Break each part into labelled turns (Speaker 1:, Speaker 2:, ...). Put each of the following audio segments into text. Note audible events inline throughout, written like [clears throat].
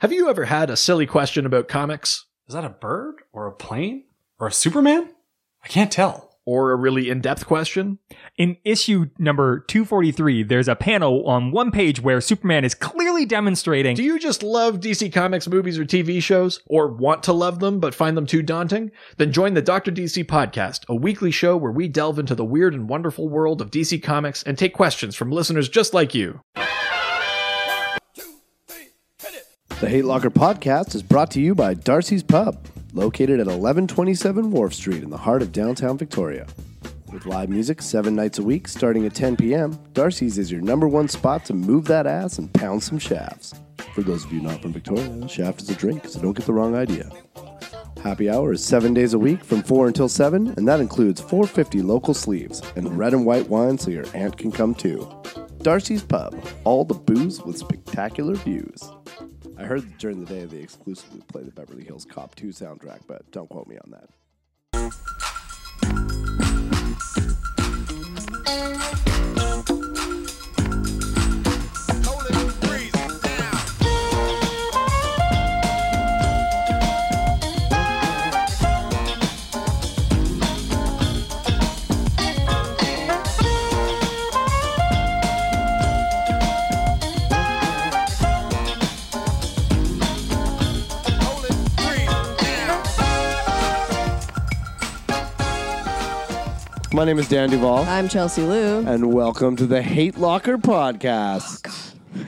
Speaker 1: Have you ever had a silly question about comics
Speaker 2: Is that a bird or a plane or a Superman? I can't tell.
Speaker 1: or a really in depth question?
Speaker 3: In issue number 243, there's a panel on one page where Superman is clearly demonstrating.
Speaker 1: Do you just love DC Comics movies or TV shows, or want to love them but find them too daunting? Then join the Dr. DC Podcast, a weekly show where we delve into the weird and wonderful world of DC Comics and take questions from listeners just like you.
Speaker 4: The Hate Locker podcast is brought to you by Darcy's Pub, located at 1127 Wharf Street in the heart of downtown Victoria. With live music seven nights a week starting at 10 p.m., Darcy's is your number one spot to move that ass and pound some shafts. For those of you not from Victoria, shaft is a drink, so don't get the wrong idea. Happy hour is seven days a week from 4 until 7, and that includes 450 local sleeves and red and white wine so your aunt can come too. Darcy's Pub, all the booze with spectacular views. I heard during the day they exclusively play the Beverly Hills Cop 2 soundtrack, but don't quote me on that. My name is Dan Duvall,
Speaker 5: I'm Chelsea Lou.
Speaker 4: and welcome to the Hate Locker Podcast. [laughs]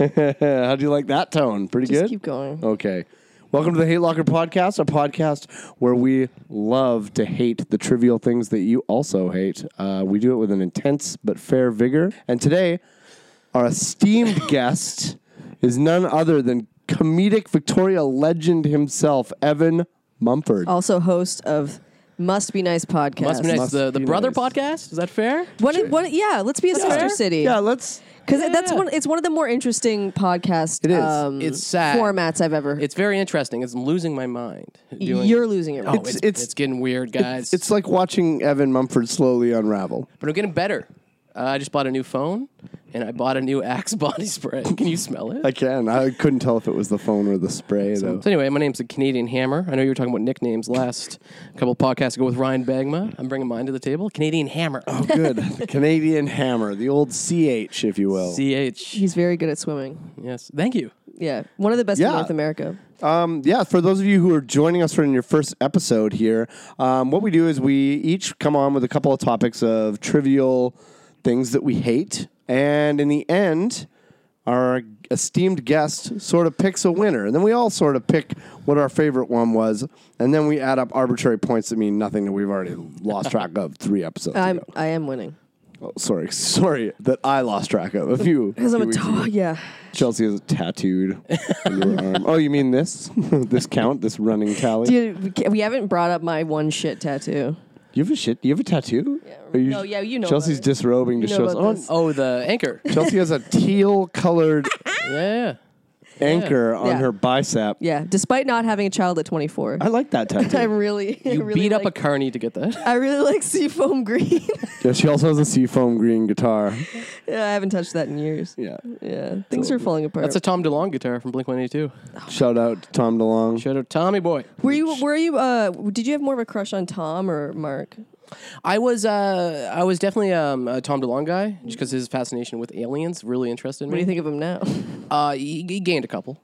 Speaker 4: How do you like that tone? Pretty
Speaker 5: Oh, Just
Speaker 4: good?
Speaker 5: keep going.
Speaker 4: Okay. Welcome to the Hate Locker Podcast, a podcast where we love to hate the trivial things that you also hate. Uh, we do it with an intense but fair vigor. And today, our esteemed [laughs] guest is none other than comedic Victoria legend himself, Evan Mumford.
Speaker 5: Also, host of Must Be Nice podcast.
Speaker 6: Must be nice.
Speaker 4: Must
Speaker 6: the the
Speaker 4: be
Speaker 6: brother
Speaker 4: nice.
Speaker 6: podcast is that fair?
Speaker 5: What, what, yeah, let's be a sister city.
Speaker 4: Yeah, let's.
Speaker 5: because that's one. It's one of the more interesting podcast.
Speaker 4: It is.
Speaker 5: Um,
Speaker 6: It's sad.
Speaker 5: formats I've ever.
Speaker 6: It's very interesting. It's losing my mind. Doing,
Speaker 5: You're losing your
Speaker 6: Oh,
Speaker 5: mind.
Speaker 6: it's,
Speaker 4: It's-
Speaker 6: it's,
Speaker 4: it's-
Speaker 6: getting weird, guys.
Speaker 4: It's like watching Evan Mumford slowly unravel.
Speaker 6: but I'm getting better. Uh, I just bought a new phone, and I bought a new Axe [laughs] body spray. Can you smell it?
Speaker 4: I can. I couldn't tell if it was the phone or the spray, though.
Speaker 6: So anyway, my name's the Canadian Hammer. I know you were talking about nicknames last couple podcasts ago with Ryan Bagma. I'm bringing mine to the table. Canadian Hammer. Oh,
Speaker 4: Good. [laughs] The Canadian hammer, the old CH, if you will.
Speaker 6: CH.
Speaker 5: He's very good at swimming.
Speaker 6: Yes. Thank you.
Speaker 5: Yeah, one of the best
Speaker 4: Yeah.
Speaker 5: in North America.
Speaker 4: Um, yeah, for those of you who are joining us for in your first episode here, um, what we do is we each come on with a couple of topics of trivial things that we hate, and in the end, our esteemed guest sort of picks a winner, and then we all sort of pick what our favorite one was, and then we add up arbitrary points that mean nothing that we've already lost track of three episodes
Speaker 5: I'm.
Speaker 4: ago.
Speaker 5: I am winning
Speaker 4: Oh, sorry, sorry that I lost track of a
Speaker 5: [laughs]
Speaker 4: few.
Speaker 5: because I'm
Speaker 4: few
Speaker 5: a
Speaker 4: weeks ago.
Speaker 5: dog. Yeah.
Speaker 4: Chelsea is tattooed on your arm. Oh, you mean this? [laughs] this count? This running tally?
Speaker 5: Dude, we ca- we haven't brought up my one shit tattoo.
Speaker 4: You have a shit. You have a tattoo. Are you,
Speaker 5: no, yeah, you know
Speaker 4: Chelsea's
Speaker 5: about it.
Speaker 4: disrobing to
Speaker 5: know
Speaker 4: show us.
Speaker 5: about
Speaker 4: Oh,
Speaker 5: this.
Speaker 6: Oh, the anchor. yeah.
Speaker 4: Chelsea
Speaker 5: [laughs]
Speaker 4: has a teal-colored
Speaker 6: yeah.
Speaker 4: anchor on
Speaker 5: Yeah.
Speaker 4: her bicep.
Speaker 5: Yeah, despite not having a child at 24,
Speaker 4: I like that
Speaker 5: I'm
Speaker 4: tattoo.
Speaker 5: really. [laughs] I
Speaker 6: You
Speaker 5: really
Speaker 6: beat up
Speaker 5: like-
Speaker 6: a carny to
Speaker 5: [laughs]
Speaker 6: get that.
Speaker 5: I really like seafoam green. [laughs]
Speaker 4: yeah, she also has a seafoam green guitar.
Speaker 5: yeah, I haven't touched that in years.
Speaker 4: Yeah.
Speaker 5: Yeah, things are falling apart.
Speaker 6: That's a Tom DeLonge guitar from Blink 182.
Speaker 4: Shout out to Tom DeLong.
Speaker 6: Shout out Tommy Boy.
Speaker 5: were you? Were you? Uh, did you have more of a crush on Tom or Mark?
Speaker 6: I was uh, I was definitely um, a Tom DeLonge guy just because his fascination with aliens really interested me.
Speaker 4: Mm.
Speaker 5: What do you think of him now?
Speaker 6: Uh, he, he gained a couple.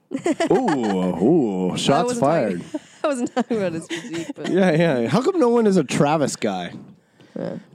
Speaker 4: Ooh, ooh,
Speaker 5: I
Speaker 4: shots
Speaker 5: wasn't
Speaker 4: fired.
Speaker 5: Talking, [laughs] I wasn't talking about his physique, but
Speaker 4: Yeah, yeah. How come no one is a Travis guy?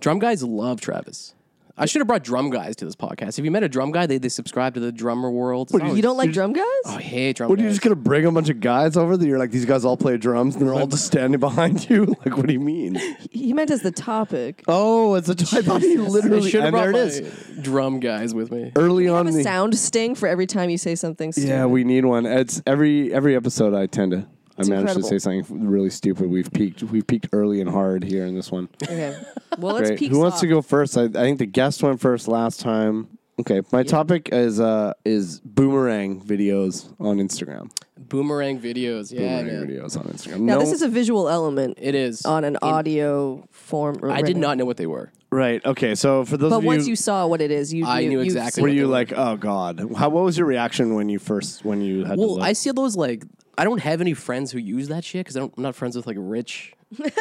Speaker 6: Drum guys love Travis. I should have brought drum guys to this podcast. If you met a drum guy, they, they subscribe to the drummer world. What
Speaker 5: you don't like drum guys?
Speaker 4: uh,
Speaker 6: I hate drum
Speaker 4: What are
Speaker 6: guys.
Speaker 4: you
Speaker 6: [laughs]
Speaker 4: just gonna bring a bunch of guys over that you're like these guys all play drums and they're all just standing behind you? [laughs] Like, what do you mean?
Speaker 5: he meant as the topic.
Speaker 4: Oh, it's a I thought he literally
Speaker 6: should have
Speaker 4: and
Speaker 6: brought
Speaker 4: there it
Speaker 6: my
Speaker 4: is.
Speaker 6: Drum guys with me.
Speaker 4: Early on
Speaker 5: have
Speaker 4: in
Speaker 5: a
Speaker 4: the
Speaker 5: sound sting for every time you say something. Stupid.
Speaker 4: Yeah, we need one. It's every every episode I tend to I manage to
Speaker 5: incredible.
Speaker 4: say something really stupid. We've peaked we've peaked early and hard here in this one.
Speaker 5: Okay. Well, let's
Speaker 4: Great.
Speaker 5: peek.
Speaker 4: Who wants to go first? I, I think the guest went first last time. Okay, my topic is uh is boomerang videos on Instagram.
Speaker 6: Boomerang videos. Yeah,
Speaker 4: Boomerang
Speaker 6: man.
Speaker 4: videos on Instagram.
Speaker 5: Now
Speaker 4: no,
Speaker 5: this is a visual element
Speaker 6: it is.
Speaker 5: on an
Speaker 6: In-
Speaker 5: audio form.
Speaker 6: I did not know what they were.
Speaker 4: Right. Okay. So for those
Speaker 5: But
Speaker 4: of
Speaker 5: once
Speaker 4: you,
Speaker 5: you saw what it is, you
Speaker 6: I
Speaker 5: knew,
Speaker 6: knew
Speaker 5: you
Speaker 6: exactly
Speaker 4: were
Speaker 5: [laughs]
Speaker 6: what
Speaker 5: saw-
Speaker 6: they
Speaker 4: you
Speaker 6: were.
Speaker 4: like, oh god, how, what was your reaction when you first when you had? to
Speaker 6: Well,
Speaker 4: look?
Speaker 6: I see those like I don't have any friends who use that shit because I'm not friends with like
Speaker 5: [laughs]
Speaker 6: rich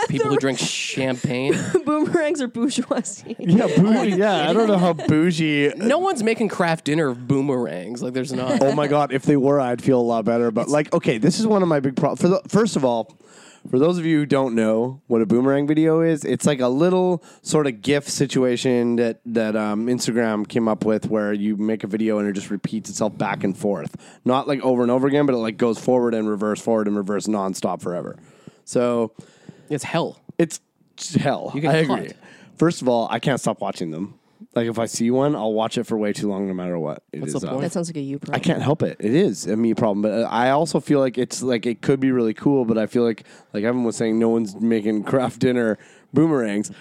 Speaker 6: people who drink champagne.
Speaker 5: boomerangs or bourgeoisie.
Speaker 4: yeah, bougie, yeah. I don't
Speaker 5: [laughs]
Speaker 4: know how bougie.
Speaker 6: No one's making craft dinner of boomerangs. Like there's not.
Speaker 4: Oh my god, if they were, I'd feel a lot better. But like, okay, this is one of my big problems. For the, first of all, for those of you who don't know what a boomerang video is, it's like a little sort of GIF situation that that um, Instagram came up with, where you make a video and it just repeats itself back and forth, not like over and over again, but it like goes forward and reverse, forward and reverse, nonstop forever. So
Speaker 6: It's hell.
Speaker 4: it's hell.
Speaker 6: get
Speaker 4: I
Speaker 6: caught.
Speaker 4: agree. First of all, I can't stop watching them. Like if I see one, I'll watch it for way too long, no matter what. It
Speaker 6: What's the
Speaker 4: is, uh,
Speaker 6: point?
Speaker 5: That sounds like a you
Speaker 4: I
Speaker 5: problem.
Speaker 4: can't help it. It is a me problem, but uh, I also feel like it's like it could be really cool, but I feel like like Evan was saying, no one's making [laughs] craft dinner boomerangs.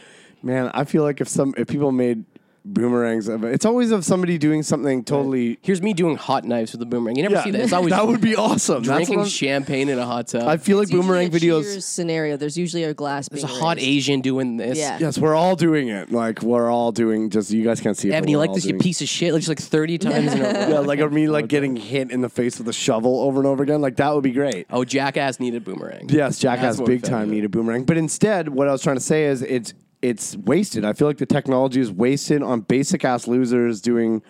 Speaker 4: Man, I feel like if some if people made boomerangs, of it's always of somebody doing something totally.
Speaker 6: Here's me doing hot knives with a boomerang. You never see that. It's always
Speaker 4: [laughs] that would be awesome. That's
Speaker 6: drinking
Speaker 4: what I'm-
Speaker 6: champagne in a hot tub.
Speaker 4: I feel like
Speaker 5: It's usually
Speaker 4: boomerang
Speaker 5: a
Speaker 4: videos.
Speaker 5: Cheers scenario. There's usually a glass.
Speaker 6: there's a
Speaker 5: being
Speaker 6: hot
Speaker 5: raised.
Speaker 6: Asian doing this.
Speaker 5: Yeah.
Speaker 4: Yes, we're all doing it. Like we're all doing. Just you guys can't see. it, but
Speaker 6: Evan, you
Speaker 4: we're
Speaker 6: like
Speaker 4: all
Speaker 6: this, you
Speaker 4: doing-
Speaker 6: piece of shit? Like, just
Speaker 5: [laughs]
Speaker 6: like 30 times in a row.
Speaker 4: Yeah, like I mean,
Speaker 6: [laughs]
Speaker 4: like getting hit in the face with a shovel over and over again. Like that would be great.
Speaker 6: Oh, jackass needed boomerang.
Speaker 4: Yes, Jackass
Speaker 6: That's what
Speaker 4: big
Speaker 6: offended
Speaker 4: time
Speaker 6: me.
Speaker 4: need a boomerang. But instead, what I was trying to say is it's it's wasted. I feel like the technology is wasted on basic ass losers doing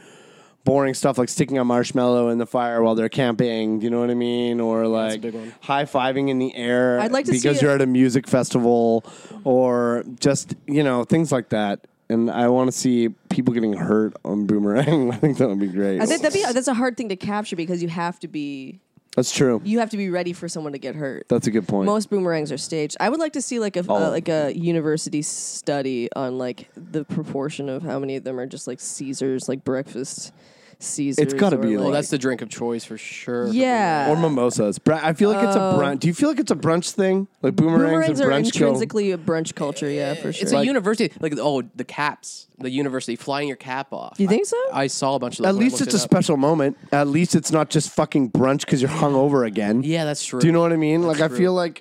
Speaker 4: boring stuff like sticking a marshmallow in the fire while they're camping. You know what I mean? Or like high fiving in the air
Speaker 5: I'd like to see
Speaker 4: because
Speaker 5: it-
Speaker 4: you're at a music festival, or just you know things like that. And I want to see people getting hurt on boomerang. [laughs] I think that would be great.
Speaker 5: I think that'd be uh, that's a hard thing to capture because you have to be
Speaker 4: That's true.
Speaker 5: you have to be ready for someone to get hurt.
Speaker 4: That's a good point. Oh.
Speaker 5: Most boomerangs are staged. I would like to see like a uh, like a university study on like the proportion of how many of them are just like Caesars, like breakfast Caesars.
Speaker 4: gotta
Speaker 5: or,
Speaker 4: be,
Speaker 5: like,
Speaker 6: Well, Oh, that's the drink of choice for sure.
Speaker 5: yeah.
Speaker 4: Or mimosas. Bra- I feel like it's a brunch. Do you feel like it's a brunch thing? Like boomerangs,
Speaker 5: boomerangs
Speaker 4: and
Speaker 5: are
Speaker 4: brunch go-
Speaker 5: intrinsically a brunch culture. Yeah, for sure.
Speaker 6: It's a university, like oh, the caps, the university flying your cap off.
Speaker 5: You think so?
Speaker 6: I, I saw a bunch of. Those
Speaker 4: At
Speaker 6: when I
Speaker 4: least it's
Speaker 6: looked
Speaker 4: a
Speaker 6: it up.
Speaker 4: special moment. At least it's not just fucking brunch because you're hungover again.
Speaker 6: Yeah, that's true.
Speaker 4: Do you know what I mean? like I
Speaker 6: true.
Speaker 4: feel like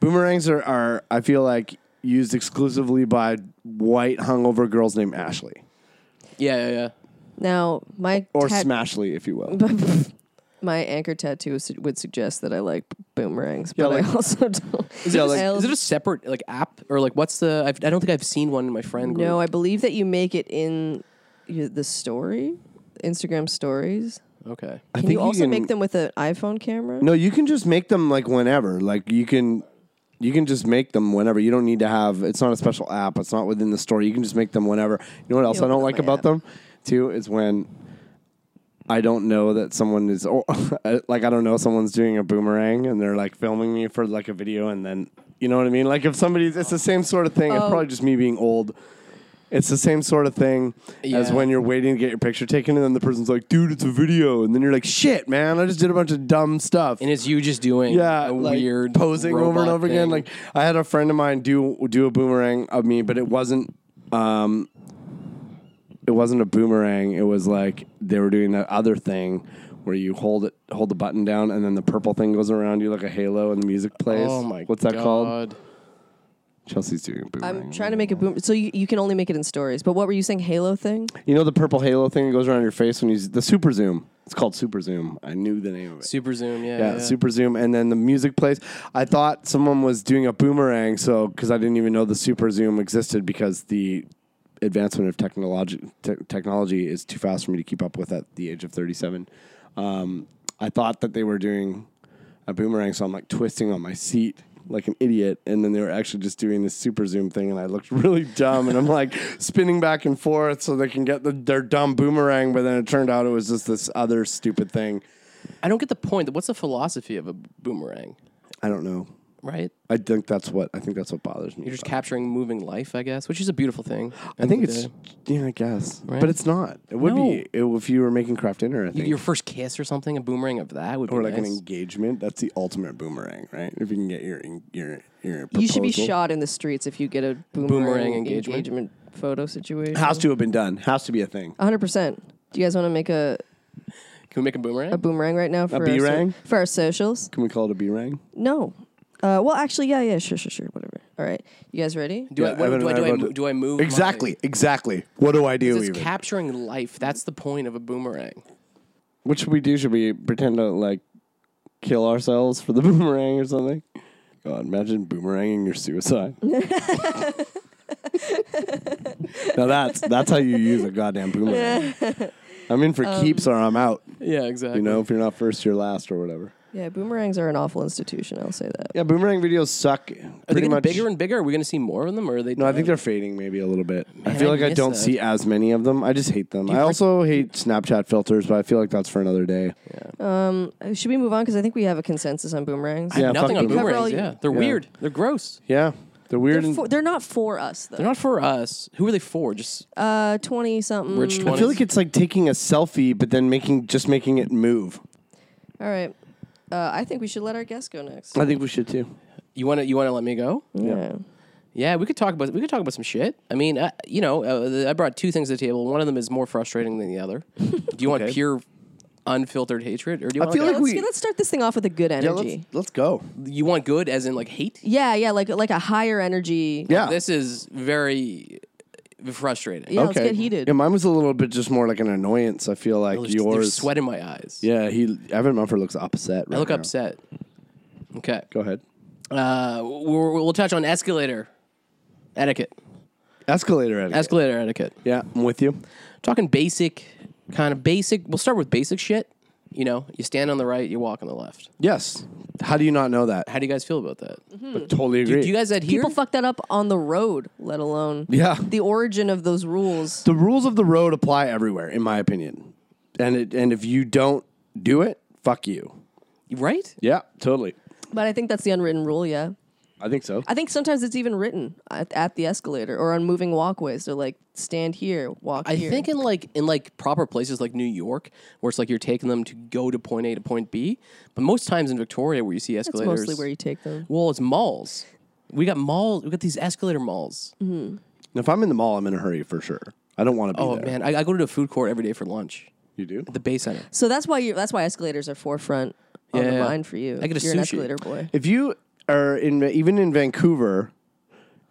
Speaker 4: boomerangs are, are I feel like used exclusively by white hungover girls named Ashley
Speaker 6: Yeah, yeah, yeah.
Speaker 5: now my
Speaker 4: or
Speaker 5: tat-
Speaker 4: Smashly, if you will.
Speaker 5: my anchor tattoo su- would suggest that I like boomerangs,
Speaker 4: Yeah,
Speaker 5: but I
Speaker 4: like-
Speaker 5: also [laughs] don't.
Speaker 4: Is it Yeah, like-
Speaker 5: I
Speaker 6: Is it a separate like app or like what's the? I've, I don't think I've seen one in my friend group.
Speaker 5: No, I believe that you make it in your, the story, Instagram stories.
Speaker 6: okay.
Speaker 4: I
Speaker 5: Can
Speaker 4: think
Speaker 5: you also
Speaker 4: can-
Speaker 5: make them with an iPhone camera?
Speaker 4: No, you can just make them like whenever. Like you can you can just make them whenever. You don't need to have it's not a special app. It's not within the store. You can just make them whenever. You know what else I
Speaker 5: open
Speaker 4: don't
Speaker 5: up
Speaker 4: like
Speaker 5: my
Speaker 4: about
Speaker 5: app.
Speaker 4: them too is when I don't know that someone is or [laughs] uh, like I don't know someone's doing a boomerang and they're like filming me for like a video and then you know what I mean? Like if somebody's it's the same sort of thing. It's probably just me being old. It's the same sort of thing as
Speaker 6: Yeah.
Speaker 4: when you're waiting to get your picture taken, and then the person's like, "Dude, it's a video," and then you're like, "Shit, man, I just did a bunch of dumb stuff."
Speaker 6: And it's you just doing
Speaker 4: yeah,
Speaker 6: a
Speaker 4: like
Speaker 6: weird
Speaker 4: posing over and
Speaker 6: robot
Speaker 4: over again.
Speaker 6: thing.
Speaker 4: Like I had a friend of mine do do a boomerang of me, but it wasn't um it wasn't a boomerang. It was like they were doing that other thing where you hold it hold the button down and then the purple thing goes around you like a halo and the music plays.
Speaker 6: oh my,
Speaker 4: What's that called?
Speaker 6: God.
Speaker 4: Chelsea's doing a boomerang.
Speaker 5: I'm trying to make a boom. So you, you can only make it in stories. But what were you saying? Halo thing?
Speaker 4: You know the purple halo thing that goes around your face when you the super zoom. It's called super zoom. I knew the name of it.
Speaker 6: Super Zoom. Yeah,
Speaker 4: yeah,
Speaker 6: yeah.
Speaker 4: super zoom and then the music plays i thought someone was doing a boomerang so because i didn't even know the super zoom existed because the advancement of technology te- technology is too fast for me to keep up with at the age of 37 um, i thought that they were doing a boomerang so i'm like twisting on my seat like an idiot and then they were actually just doing this super zoom thing and i looked [laughs] really dumb and i'm like spinning back and forth so they can get the, their dumb boomerang but then it turned out it was just this other stupid thing
Speaker 6: I don't get the point. What's the philosophy of a boomerang?
Speaker 4: i don't know
Speaker 6: Right?
Speaker 4: I think that's what I think that's what bothers me.
Speaker 6: You're just
Speaker 4: about
Speaker 6: capturing moving life, I guess, which is a beautiful thing.
Speaker 4: it. I think it's yeah, I guess, but it's not. It would
Speaker 6: No.
Speaker 4: be it- if you were making craft dinner. I think
Speaker 6: your first kiss or something. A boomerang of that would be
Speaker 4: or like an
Speaker 6: nice.
Speaker 4: engagement. That's the ultimate boomerang, right? If you can get your your your proposal.
Speaker 5: You should be shot in the streets if you get a boomerang,
Speaker 6: Boomerang engagement?
Speaker 5: engagement. photo situation.
Speaker 4: Has to have been done. Has to be a thing.
Speaker 5: 100%. Do you guys want to make a,
Speaker 6: Can we make a boomerang?
Speaker 5: a boomerang right now for, our,
Speaker 4: B-rang?
Speaker 5: for our socials?
Speaker 4: Can we call it a boomerang?
Speaker 5: No. Uh, well, actually, yeah, yeah, sure, sure, sure, whatever. All right. You guys ready?
Speaker 6: Do, I,
Speaker 7: Yeah,
Speaker 6: what,
Speaker 7: Evan
Speaker 6: do, I,
Speaker 7: and
Speaker 6: do, I,
Speaker 7: both
Speaker 6: mo- do I move?
Speaker 7: Exactly, exactly. What do I do?
Speaker 6: It's
Speaker 7: Even?
Speaker 6: capturing life. That's the point of a boomerang.
Speaker 4: What should we do? Should we pretend to like kill ourselves for the [laughs] boomerang or something? God, imagine boomeranging your
Speaker 5: [laughs]
Speaker 4: suicide. now that's that's how you use a goddamn boomerang. I'm in
Speaker 5: Um,
Speaker 4: for keeps or I'm out.
Speaker 6: Yeah, exactly.
Speaker 4: You know, if you're not first, you're last or whatever.
Speaker 5: Yeah, boomerangs are an awful institution. I'll say that.
Speaker 4: Yeah, boomerang videos suck.
Speaker 6: are they
Speaker 4: Pretty
Speaker 6: getting
Speaker 4: much
Speaker 6: bigger and bigger? Are we going to see more of them, or are they?
Speaker 4: No, I think they're fading maybe a little bit. I
Speaker 6: Man,
Speaker 4: feel
Speaker 6: I
Speaker 4: like I
Speaker 6: miss
Speaker 4: don't
Speaker 6: that.
Speaker 4: see as many of them. I just hate them. I
Speaker 6: freak-
Speaker 4: also hate Snapchat filters, but I feel like that's for another day.
Speaker 5: Uh, Should we move on? Because I think we have a consensus on boomerangs.
Speaker 4: Yeah,
Speaker 6: nothing
Speaker 4: fuck
Speaker 6: on
Speaker 4: them.
Speaker 5: Cover all
Speaker 6: boomerangs.
Speaker 5: you-
Speaker 6: Yeah, they're weird. They're gross.
Speaker 4: Yeah, they're
Speaker 5: They're,
Speaker 4: weird. and-
Speaker 5: for, they're not for us though.
Speaker 6: They're not for us. Who are they for? Just
Speaker 5: Uh, twenty something.
Speaker 6: rich. 20s?
Speaker 4: I feel like it's like taking a selfie, but then making just making it move.
Speaker 5: All right. Uh, I think we should let our guest go next.
Speaker 4: I think we should too.
Speaker 6: you want to you want to let me go?
Speaker 5: Yeah.
Speaker 6: Yeah, we could talk about we could talk about some shit. I mean, uh, you know, uh, the- I brought two things to the table. One of them is more frustrating than
Speaker 4: [laughs]
Speaker 6: the other. Do you want pure, unfiltered hatred, or do you want
Speaker 4: feel
Speaker 6: like
Speaker 4: like
Speaker 5: Let's,
Speaker 4: we-
Speaker 5: get- let's start this thing off with a good
Speaker 4: Yeah,
Speaker 5: energy.
Speaker 4: let's, let's go.
Speaker 6: a- you want good as in like hate?
Speaker 5: Yeah, yeah, like like a higher energy.
Speaker 4: Yeah.
Speaker 6: This is very frustrating.
Speaker 5: Yeah, let's get heated.
Speaker 4: Yeah, mine was a little bit just more like an annoyance. I feel like
Speaker 6: There's, there's
Speaker 4: yours.
Speaker 6: sweat in my eyes.
Speaker 4: Yeah, he Evan Mumford looks upset. Right
Speaker 6: I look
Speaker 4: now.
Speaker 6: upset. Okay,
Speaker 4: Go ahead.
Speaker 6: uh, we'll, we'll touch on escalator etiquette.
Speaker 4: Escalator etiquette.
Speaker 6: Escalator etiquette.
Speaker 4: yeah, I'm with you.
Speaker 6: talking basic, kind of basic. We'll start with basic shit. You know, you stand on the right, you walk on the left.
Speaker 4: Yes. How do you not know that?
Speaker 6: How do you guys feel about that?
Speaker 4: Totally agree.
Speaker 6: Do, do you guys adhere?
Speaker 5: People fuck that up on the road, let alone
Speaker 4: Yeah.
Speaker 5: the origin of those rules.
Speaker 4: the rules of the road apply everywhere, in my opinion. And it, and if you don't do it, fuck you.
Speaker 6: right?
Speaker 4: Yeah, totally.
Speaker 5: But I think that's the unwritten rule, yeah.
Speaker 4: I think so.
Speaker 5: I think sometimes it's even written at, at the escalator or on moving walkways. They're like, stand here, walk
Speaker 6: I
Speaker 5: here.
Speaker 6: think in like in like proper places like New York, where it's like you're taking them to go to point A to point B. But most times in Victoria, where you see
Speaker 5: that's
Speaker 6: escalators,
Speaker 5: mostly where you take them.
Speaker 6: well, it's malls. We got malls. We got these escalator malls.
Speaker 4: And if I'm in the mall, I'm in a hurry for sure. I don't want to be
Speaker 6: Oh
Speaker 4: there.
Speaker 6: man, I, I go to the food court every day for lunch.
Speaker 4: You do?
Speaker 6: The Bay Center.
Speaker 5: So that's why you that's why escalators are forefront on the
Speaker 6: Yeah.
Speaker 5: mind for you.
Speaker 6: I get a
Speaker 5: You're an
Speaker 6: sushi.
Speaker 5: escalator boy.
Speaker 4: If you are in even in Vancouver,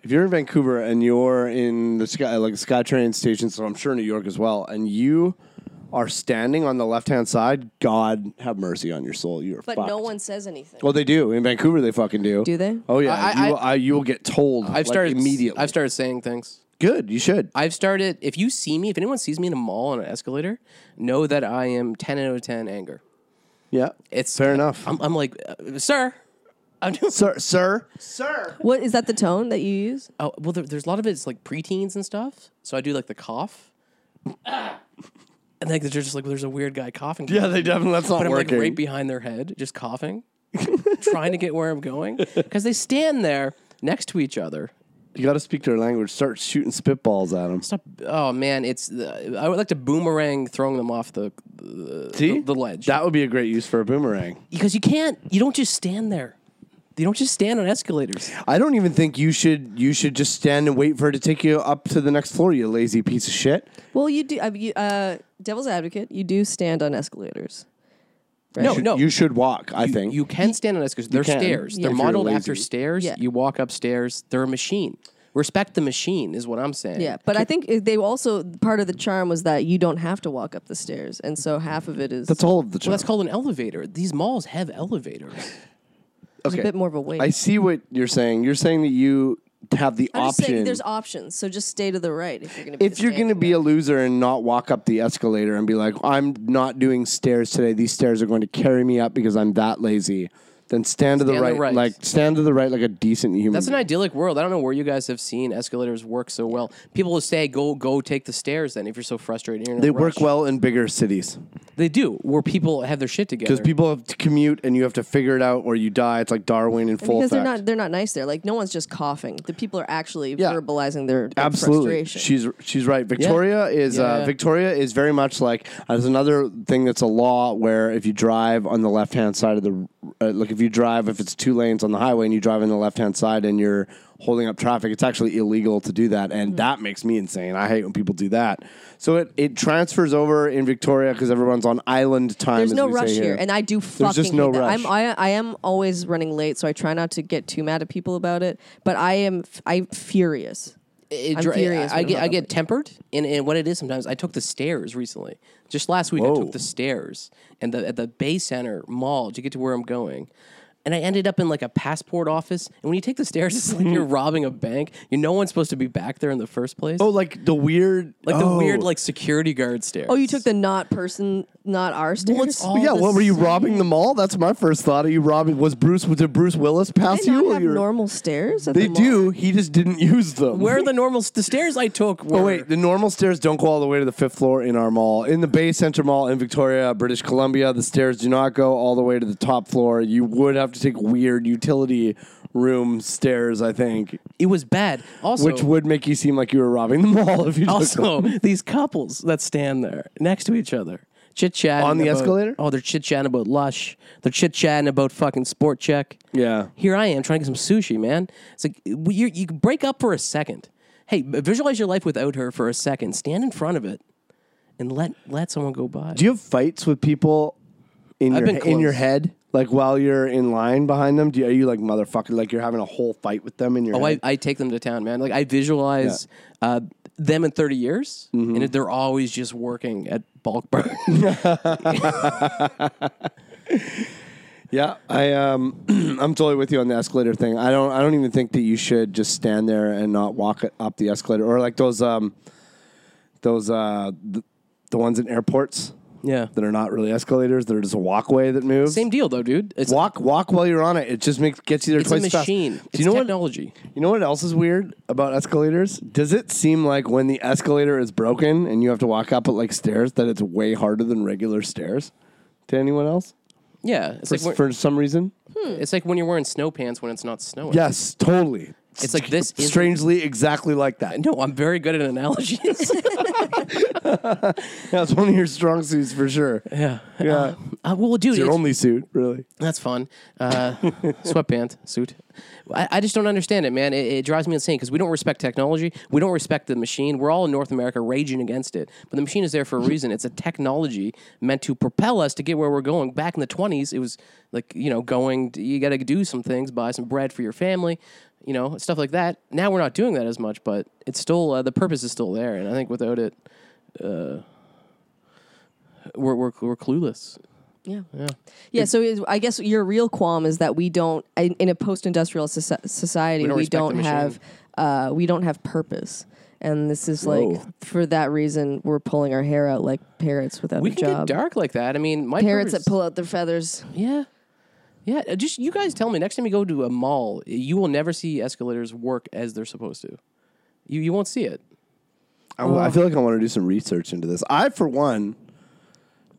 Speaker 4: if you're in Vancouver and you're in the sky like SkyTrain station, so I'm sure New York as well, and you are standing on the left hand side, God have mercy on your soul. You're
Speaker 5: But
Speaker 4: fucked.
Speaker 5: no one says anything.
Speaker 4: Well, they do in Vancouver. They fucking do.
Speaker 5: Do they?
Speaker 4: Oh yeah.
Speaker 6: I- I-
Speaker 4: you, I, you will get told.
Speaker 6: I've started
Speaker 4: immediately.
Speaker 6: I've started saying things.
Speaker 4: Good. You should.
Speaker 6: I've started. If you see me, if anyone sees me in a mall on an escalator, know that I am ten out of ten anger.
Speaker 4: Yeah.
Speaker 6: It's
Speaker 4: Fair enough.
Speaker 6: I'm, I'm like, uh, sir. I'm doing.
Speaker 4: sir, sir.
Speaker 5: What is that the tone that you use?
Speaker 6: Oh, well, there, there's a lot of it's like preteens and stuff. So I do like the cough, and like they're just like, well, there's a weird guy coughing.
Speaker 4: Yeah, they definitely. That's not
Speaker 6: but I'm
Speaker 4: working.
Speaker 6: like right behind their head, just coughing, [laughs] trying to get where I'm going because they stand there next to each other.
Speaker 4: you got to speak their language. Start shooting spitballs at them.
Speaker 6: Stop. Oh man, it's the, I would like to boomerang throwing them off the
Speaker 4: See
Speaker 6: the ledge.
Speaker 4: That would be a great use for a boomerang.
Speaker 6: because you can't. You don't just stand there. You don't just stand on escalators.
Speaker 4: I don't even think you should. You should just stand and wait for it to take you up to the next floor. You lazy piece of shit.
Speaker 5: Well, you do. I mean, you, uh, devil's advocate, you do stand on escalators.
Speaker 6: No,
Speaker 4: You should-
Speaker 6: no.
Speaker 4: You should walk. I
Speaker 6: you,
Speaker 4: think
Speaker 6: you can stand on escalators. They're
Speaker 4: can,
Speaker 6: stairs.
Speaker 5: yeah.
Speaker 6: They're
Speaker 5: if you're
Speaker 6: modeled
Speaker 4: lazy.
Speaker 6: after stairs.
Speaker 5: Yeah.
Speaker 6: You walk upstairs. They're a machine. Respect the machine is what I'm saying.
Speaker 5: Yeah, but I think it- they also part of the charm was that you don't have to walk up the stairs, and so half of it is
Speaker 4: that's all of the.
Speaker 6: Well, that's called an elevator. These malls have elevators.
Speaker 5: there's a bit more of a weight.
Speaker 4: I see what you're saying. You're saying that you have the
Speaker 5: am just saying
Speaker 4: option.
Speaker 5: there's options, so just stay to the right if you're going to.
Speaker 4: If you're going to be a loser and not walk up the escalator and be like, I'm not doing stairs today. These stairs are going to carry me up because I'm that lazy. Then stand to the,
Speaker 6: Stand to
Speaker 4: right,
Speaker 6: the right.
Speaker 4: like stand to the right, like a decent human.
Speaker 6: That's an
Speaker 4: being.
Speaker 6: idyllic world. I don't know where you guys have seen escalators work so well. People will say, "Go, go, take the stairs." Then, if you're so frustrated, you're in a
Speaker 4: They
Speaker 6: rush.
Speaker 4: work well in bigger cities
Speaker 6: They do, where people have their shit together.
Speaker 4: because people have to commute and you have to figure it out or you die. It's like Darwin in full
Speaker 5: because they're
Speaker 4: effect.
Speaker 5: not they're not nice there. Like no one's just coughing. The people are actually
Speaker 4: Yeah.
Speaker 5: verbalizing their, their
Speaker 4: Absolutely,
Speaker 5: frustration.
Speaker 4: she's she's right. Victoria is uh,
Speaker 6: Yeah.
Speaker 4: Victoria is very much like uh, there's another thing that's a law where if you drive on the left hand side of the uh, like if you drive, if it's two lanes on the highway and you drive on the left hand side and you're holding up traffic, it's actually illegal to do that.
Speaker 5: Mm.
Speaker 4: And that makes me insane. I hate when people do that. So it, it transfers over in Victoria because everyone's on island time.
Speaker 5: There's
Speaker 4: as
Speaker 5: no
Speaker 4: we say
Speaker 5: rush here.
Speaker 4: here.
Speaker 5: and I do fucking
Speaker 4: just no
Speaker 5: hate that.
Speaker 4: rush.
Speaker 5: I'm I, I am always running late, so I try not to get too mad at people about it. But I am f- I'm furious.
Speaker 6: It
Speaker 5: I'm
Speaker 6: dri-
Speaker 5: furious
Speaker 6: I,
Speaker 5: when
Speaker 6: get
Speaker 5: I'm
Speaker 6: I
Speaker 5: up
Speaker 6: get tempered, and, and what it is sometimes. I took the stairs recently. Just last week, I
Speaker 4: Whoa.
Speaker 6: took the stairs and the at the Bay Center Mall to get to where I'm going, and I ended up in like a passport office. And when you take the stairs, it's like
Speaker 4: [laughs]
Speaker 6: you're robbing a bank. You no one's supposed to be back there in the first place.
Speaker 4: oh, like the weird,
Speaker 6: like the
Speaker 4: oh.
Speaker 6: weird like security guard stairs.
Speaker 5: Oh, you took the not person, not our stairs.
Speaker 4: What's- yeah, what were you robbing the mall? That's my first thought. Are you robbing? Was Bruce? Did Bruce Willis pass you?
Speaker 5: They not
Speaker 4: or
Speaker 5: have
Speaker 4: you're-
Speaker 5: normal stairs. At
Speaker 4: they
Speaker 5: the mall?
Speaker 4: do. He just didn't [laughs] use them.
Speaker 6: Where are the normal the stairs I took? Were,
Speaker 4: Oh wait, the normal stairs don't go all the way to the fifth floor in our mall. In the Bay Center Mall in Victoria, British Columbia, the stairs do not go all the way to the top floor. You would have to take weird utility room stairs, I think,
Speaker 6: it was bad. Also,
Speaker 4: which would make you seem like you were robbing the [laughs] mall if you took them.
Speaker 6: also these couples that stand there next to each other chit chatting
Speaker 4: On the escalator?
Speaker 6: Oh, they're chit chatting about Lush. They're chit chatting about fucking Sport Check.
Speaker 4: Yeah.
Speaker 6: Here I am trying to get some sushi, man. It's like we- you you can break up for a second. Hey, visualize your life without her for a second. Stand in front of it and let let someone go by.
Speaker 4: Do you have fights with people in
Speaker 6: I've
Speaker 4: your
Speaker 6: been
Speaker 4: in your
Speaker 6: close.
Speaker 4: head? Like while you're in line behind them, do you, are you like motherfucker? Like you're having a whole fight with them in your
Speaker 6: Oh, I,
Speaker 4: head?
Speaker 6: I take them to town, man. Like I visualize uh, them in 30 years,
Speaker 4: Mm-hmm.
Speaker 6: and they're always just working at
Speaker 4: [laughs]
Speaker 6: bulk burn.
Speaker 4: yeah, I um, [clears throat] I'm totally with you on the escalator thing. I don't I don't even think that you should just stand there and not walk up the escalator or like those um, those uh, the, the ones in airports
Speaker 6: yeah.
Speaker 4: that are not really escalators. They're just a walkway that moves.
Speaker 6: Same deal though, dude. It's
Speaker 4: Walk, walk while you're on it. It just makes gets you there
Speaker 6: It's a
Speaker 4: twice as
Speaker 6: machine.
Speaker 4: fast.
Speaker 6: It's
Speaker 4: Do you know what?
Speaker 6: technology.
Speaker 4: You know what else is weird about escalators? Does it seem like when the escalator is broken and you have to walk up like stairs that it's way harder than regular stairs? To anyone else?
Speaker 6: Yeah, it's
Speaker 4: For,
Speaker 6: like when,
Speaker 4: for some reason?
Speaker 6: it's like when you're wearing snow pants when it's not snowing.
Speaker 4: Yes, totally.
Speaker 6: It's like this is-
Speaker 4: Strangely, exactly like that. [laughs]
Speaker 6: No, I'm very good at analogies.
Speaker 4: That's one of your strong suits for sure.
Speaker 6: yeah.
Speaker 4: [laughs] Yeah.
Speaker 6: Uh, well, dude,
Speaker 4: it's your
Speaker 6: it's-
Speaker 4: only suit, really.
Speaker 6: that's fun. Uh, [laughs] sweatband suit. I, I just don't understand it, man. It, it drives me insane because we don't respect technology. We don't respect the machine. We're all in North America raging against it, but the machine is there for a reason. It's a technology meant to propel us to get where we're going. Back in the 20s, it was like you know going. to- you got to do some things, buy some bread for your family. You know, stuff like that. Now we're not doing that as much, but it's still uh, the purpose is still there, and I think without it, uh, we're, we're we're clueless.
Speaker 5: Yeah. Yeah. so is, I guess your real qualm is that we don't, in, in a post-industrial soci- society, we
Speaker 6: We
Speaker 5: don't,
Speaker 6: don't respect the
Speaker 5: have, uh, we don't have purpose, and this is like for that reason we're pulling our hair out like parrots without
Speaker 6: We
Speaker 5: a
Speaker 6: can
Speaker 5: job.
Speaker 6: get dark like that. I mean, my
Speaker 5: Parrots
Speaker 6: purpose-
Speaker 5: that pull out their feathers.
Speaker 6: Yeah. Yeah, uh, just you guys tell me next time you go to a mall, you will never see escalators work as they're supposed to. You you won't see it.
Speaker 4: I,
Speaker 6: Oh.
Speaker 4: I feel like I want to do some research into this. I, for one,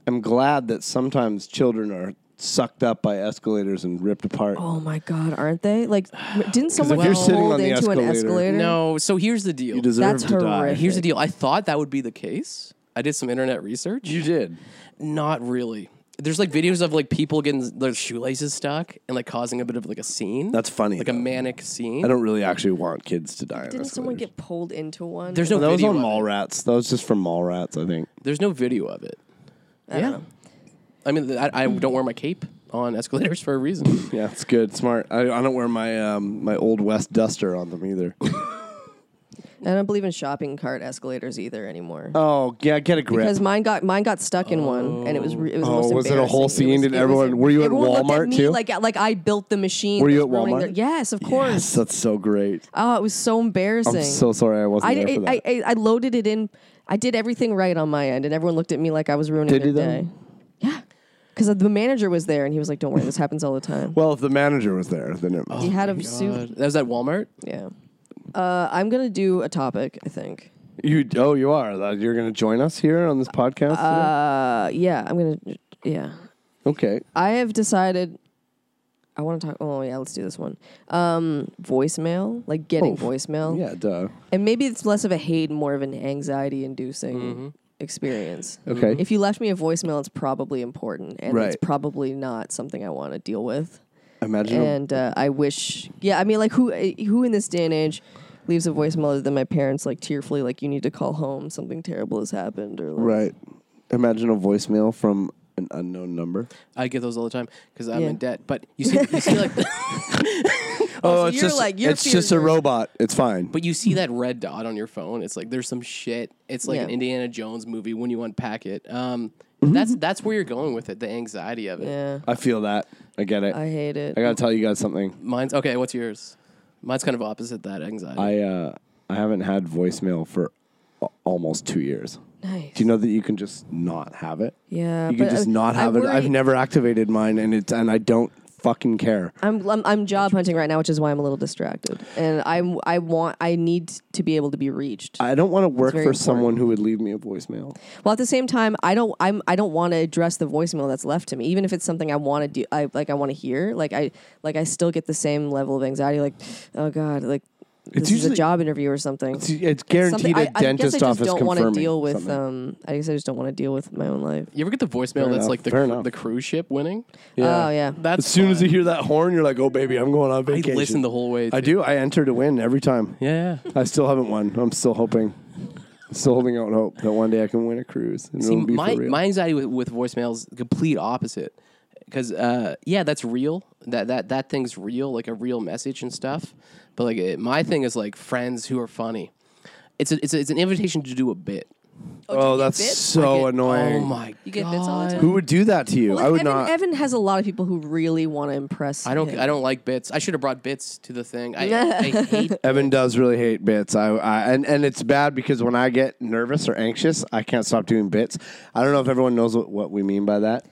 Speaker 4: am glad that sometimes children are sucked up by escalators and ripped apart.
Speaker 5: Oh my God, aren't they? Like,
Speaker 4: [sighs]
Speaker 5: didn't someone
Speaker 4: if you're
Speaker 5: get
Speaker 4: sitting
Speaker 5: pulled
Speaker 4: on the
Speaker 5: into an
Speaker 4: escalator-
Speaker 5: escalator?
Speaker 6: No, so here's the deal.
Speaker 4: You deserve
Speaker 5: That's
Speaker 4: to
Speaker 5: horrific.
Speaker 4: die.
Speaker 6: here's the deal. I thought that would be the case. I did some internet research.
Speaker 4: You did.
Speaker 6: Not really. There's like videos of like people getting their shoelaces stuck and like causing a bit of like a scene.
Speaker 4: That's funny,
Speaker 6: Like
Speaker 4: though.
Speaker 6: a manic scene.
Speaker 4: I don't really actually want kids to die.
Speaker 5: Didn't someone get pulled into one?
Speaker 6: There's no
Speaker 4: that was
Speaker 6: video
Speaker 4: on
Speaker 6: of it.
Speaker 4: Mallrats. That was just from Mallrats, I think.
Speaker 6: There's no video of it.
Speaker 5: I don't know.
Speaker 6: I mean, I, I don't wear my cape on escalators for a reason.
Speaker 4: Yeah, it's good, smart. I, I don't wear my um, my old west duster on them either.
Speaker 5: I don't believe in shopping cart escalators either anymore.
Speaker 4: [laughs] oh yeah, get a grip.
Speaker 5: Because mine got mine got stuck in one, and it was re- it was. the
Speaker 4: Oh,
Speaker 5: most
Speaker 4: was it a whole
Speaker 5: embarrassing.
Speaker 4: scene?
Speaker 5: was-
Speaker 4: Did
Speaker 5: was-
Speaker 4: everyone- were you at
Speaker 5: everyone looked
Speaker 4: Walmart
Speaker 5: me
Speaker 4: too?
Speaker 5: Like like I built the machine.
Speaker 4: Were you
Speaker 5: that's
Speaker 4: at
Speaker 5: running
Speaker 4: Walmart?
Speaker 5: their- yes, of course.
Speaker 4: Yes, that's so great.
Speaker 5: Oh, it was so embarrassing.
Speaker 4: I'm so sorry I wasn't
Speaker 5: I,
Speaker 4: there for that.
Speaker 5: I, I I loaded it in. I did everything right on my end, and everyone looked at me like I was ruining
Speaker 4: Did
Speaker 5: their
Speaker 4: you though?
Speaker 5: day. Yeah, because the manager was there, and he was like, "Don't worry, this happens all the time."
Speaker 4: well, oh if the manager was there, then it.
Speaker 5: he had a suit.
Speaker 6: that was at Walmart.
Speaker 5: Yeah. Uh, I'm gonna do a topic. I think.
Speaker 4: You oh, you are. Uh, You're going to join us here on this podcast.
Speaker 5: Uh, yeah, I'm gonna. Yeah.
Speaker 4: today? Okay.
Speaker 5: I have decided I want to talk. Oh yeah, let's do this one. Um, voicemail, like getting voicemail,
Speaker 4: Yeah. Duh.
Speaker 5: and maybe it's less of a hate, and more of an anxiety-inducing experience.
Speaker 4: Mm-hmm. Okay.
Speaker 5: If you left me a voicemail, it's probably important, and it's
Speaker 4: Right.
Speaker 5: probably not something I want to deal with.
Speaker 4: Imagine a-
Speaker 5: and uh, I wish, yeah, I mean, like who who in this day and age leaves a voicemail other than my parents, like tearfully, like you need to call home, something terrible has happened, or like,
Speaker 4: right. Imagine a voicemail from an unknown number.
Speaker 6: I get those all the time because I'm
Speaker 5: Yeah.
Speaker 6: in debt. But you see,
Speaker 5: [laughs]
Speaker 6: you see like,
Speaker 4: Oh,
Speaker 5: so it's you're just- like- your
Speaker 4: it's
Speaker 5: fears
Speaker 4: just a
Speaker 5: are-
Speaker 4: robot. It's fine.
Speaker 6: but you see that red dot on your phone. It's like there's some shit. It's like
Speaker 5: Yeah. Mm-hmm.
Speaker 6: an Indiana Jones movie when you unpack it. Um, that's that's where you're going with it. The anxiety of it.
Speaker 5: yeah,
Speaker 4: I feel that. I get it.
Speaker 5: I
Speaker 4: I,
Speaker 5: hate it.
Speaker 4: gotta tell you guys something.
Speaker 6: Mine's okay. What's yours? Mine's kind of opposite that anxiety.
Speaker 4: I uh, I haven't had voicemail for a- almost two years.
Speaker 5: nice.
Speaker 4: Do you know that you can just not have it?
Speaker 5: Yeah,
Speaker 4: You can
Speaker 5: but
Speaker 4: just
Speaker 5: I-
Speaker 4: not
Speaker 5: I
Speaker 4: have it.
Speaker 5: worry-
Speaker 4: I've never activated mine, and it's and I don't fucking care.
Speaker 5: I'm, I'm I'm job hunting right now, which is why I'm a little distracted, and I'm I want I need to be able to be reached.
Speaker 4: I don't want to work for
Speaker 5: very
Speaker 4: someone who would leave me a voicemail.
Speaker 5: Well, at the same time, I don't I'm I don't want to address the voicemail that's left to me, even if it's something I want to do. I like I want to hear. Like I like I still get the same level of anxiety. Like oh god, like this is a
Speaker 4: usually-
Speaker 5: job interview or something.
Speaker 4: It's, it's guaranteed
Speaker 5: Something- I-
Speaker 4: a dentist
Speaker 5: I guess I just
Speaker 4: office
Speaker 5: don't want to
Speaker 4: confirming.
Speaker 5: deal with.
Speaker 4: something.
Speaker 5: Um, I guess I just don't want to deal with my own life.
Speaker 6: you ever get the voicemail that's
Speaker 4: enough,
Speaker 6: like the
Speaker 4: fair
Speaker 6: cru-
Speaker 4: enough.
Speaker 6: the cruise ship winning?
Speaker 5: Oh yeah,
Speaker 6: That's
Speaker 4: As soon as
Speaker 6: fun.
Speaker 4: you hear that horn, you're like, "Oh, baby, I'm going on
Speaker 6: I
Speaker 4: vacation."
Speaker 6: listen the whole way.
Speaker 4: I
Speaker 6: through.
Speaker 4: do. I enter to win every time.
Speaker 6: Yeah. yeah.
Speaker 4: I still haven't won. I'm still hoping. Still holding out hope that one day I can win a cruise. And
Speaker 6: See,
Speaker 4: it'll be
Speaker 6: my,
Speaker 4: for real.
Speaker 6: my anxiety with, with voicemail is the complete opposite. Because, uh, yeah, that's real. That, that, that thing's real, like a real message and stuff. But, like, it, my thing is, like, friends who are funny. It's, a, it's, a, it's an invitation to do a bit.
Speaker 4: oh, that's
Speaker 5: bits?
Speaker 6: I
Speaker 4: so
Speaker 6: get-
Speaker 4: annoying.
Speaker 6: Oh, my
Speaker 5: you get bits all the
Speaker 6: God.
Speaker 5: time.
Speaker 4: Who would do that to you? I would
Speaker 5: Evan,
Speaker 4: not.
Speaker 5: Evan has a lot of people who really want to impress.
Speaker 6: I don't,
Speaker 5: Him.
Speaker 6: I don't like bits. I should have brought bits to the thing. I,
Speaker 5: [laughs]
Speaker 6: I hate
Speaker 4: Evan does really hate bits. I, I and and it's bad because when I get nervous or anxious, I can't stop doing bits. I don't know if everyone knows what, what we mean by that.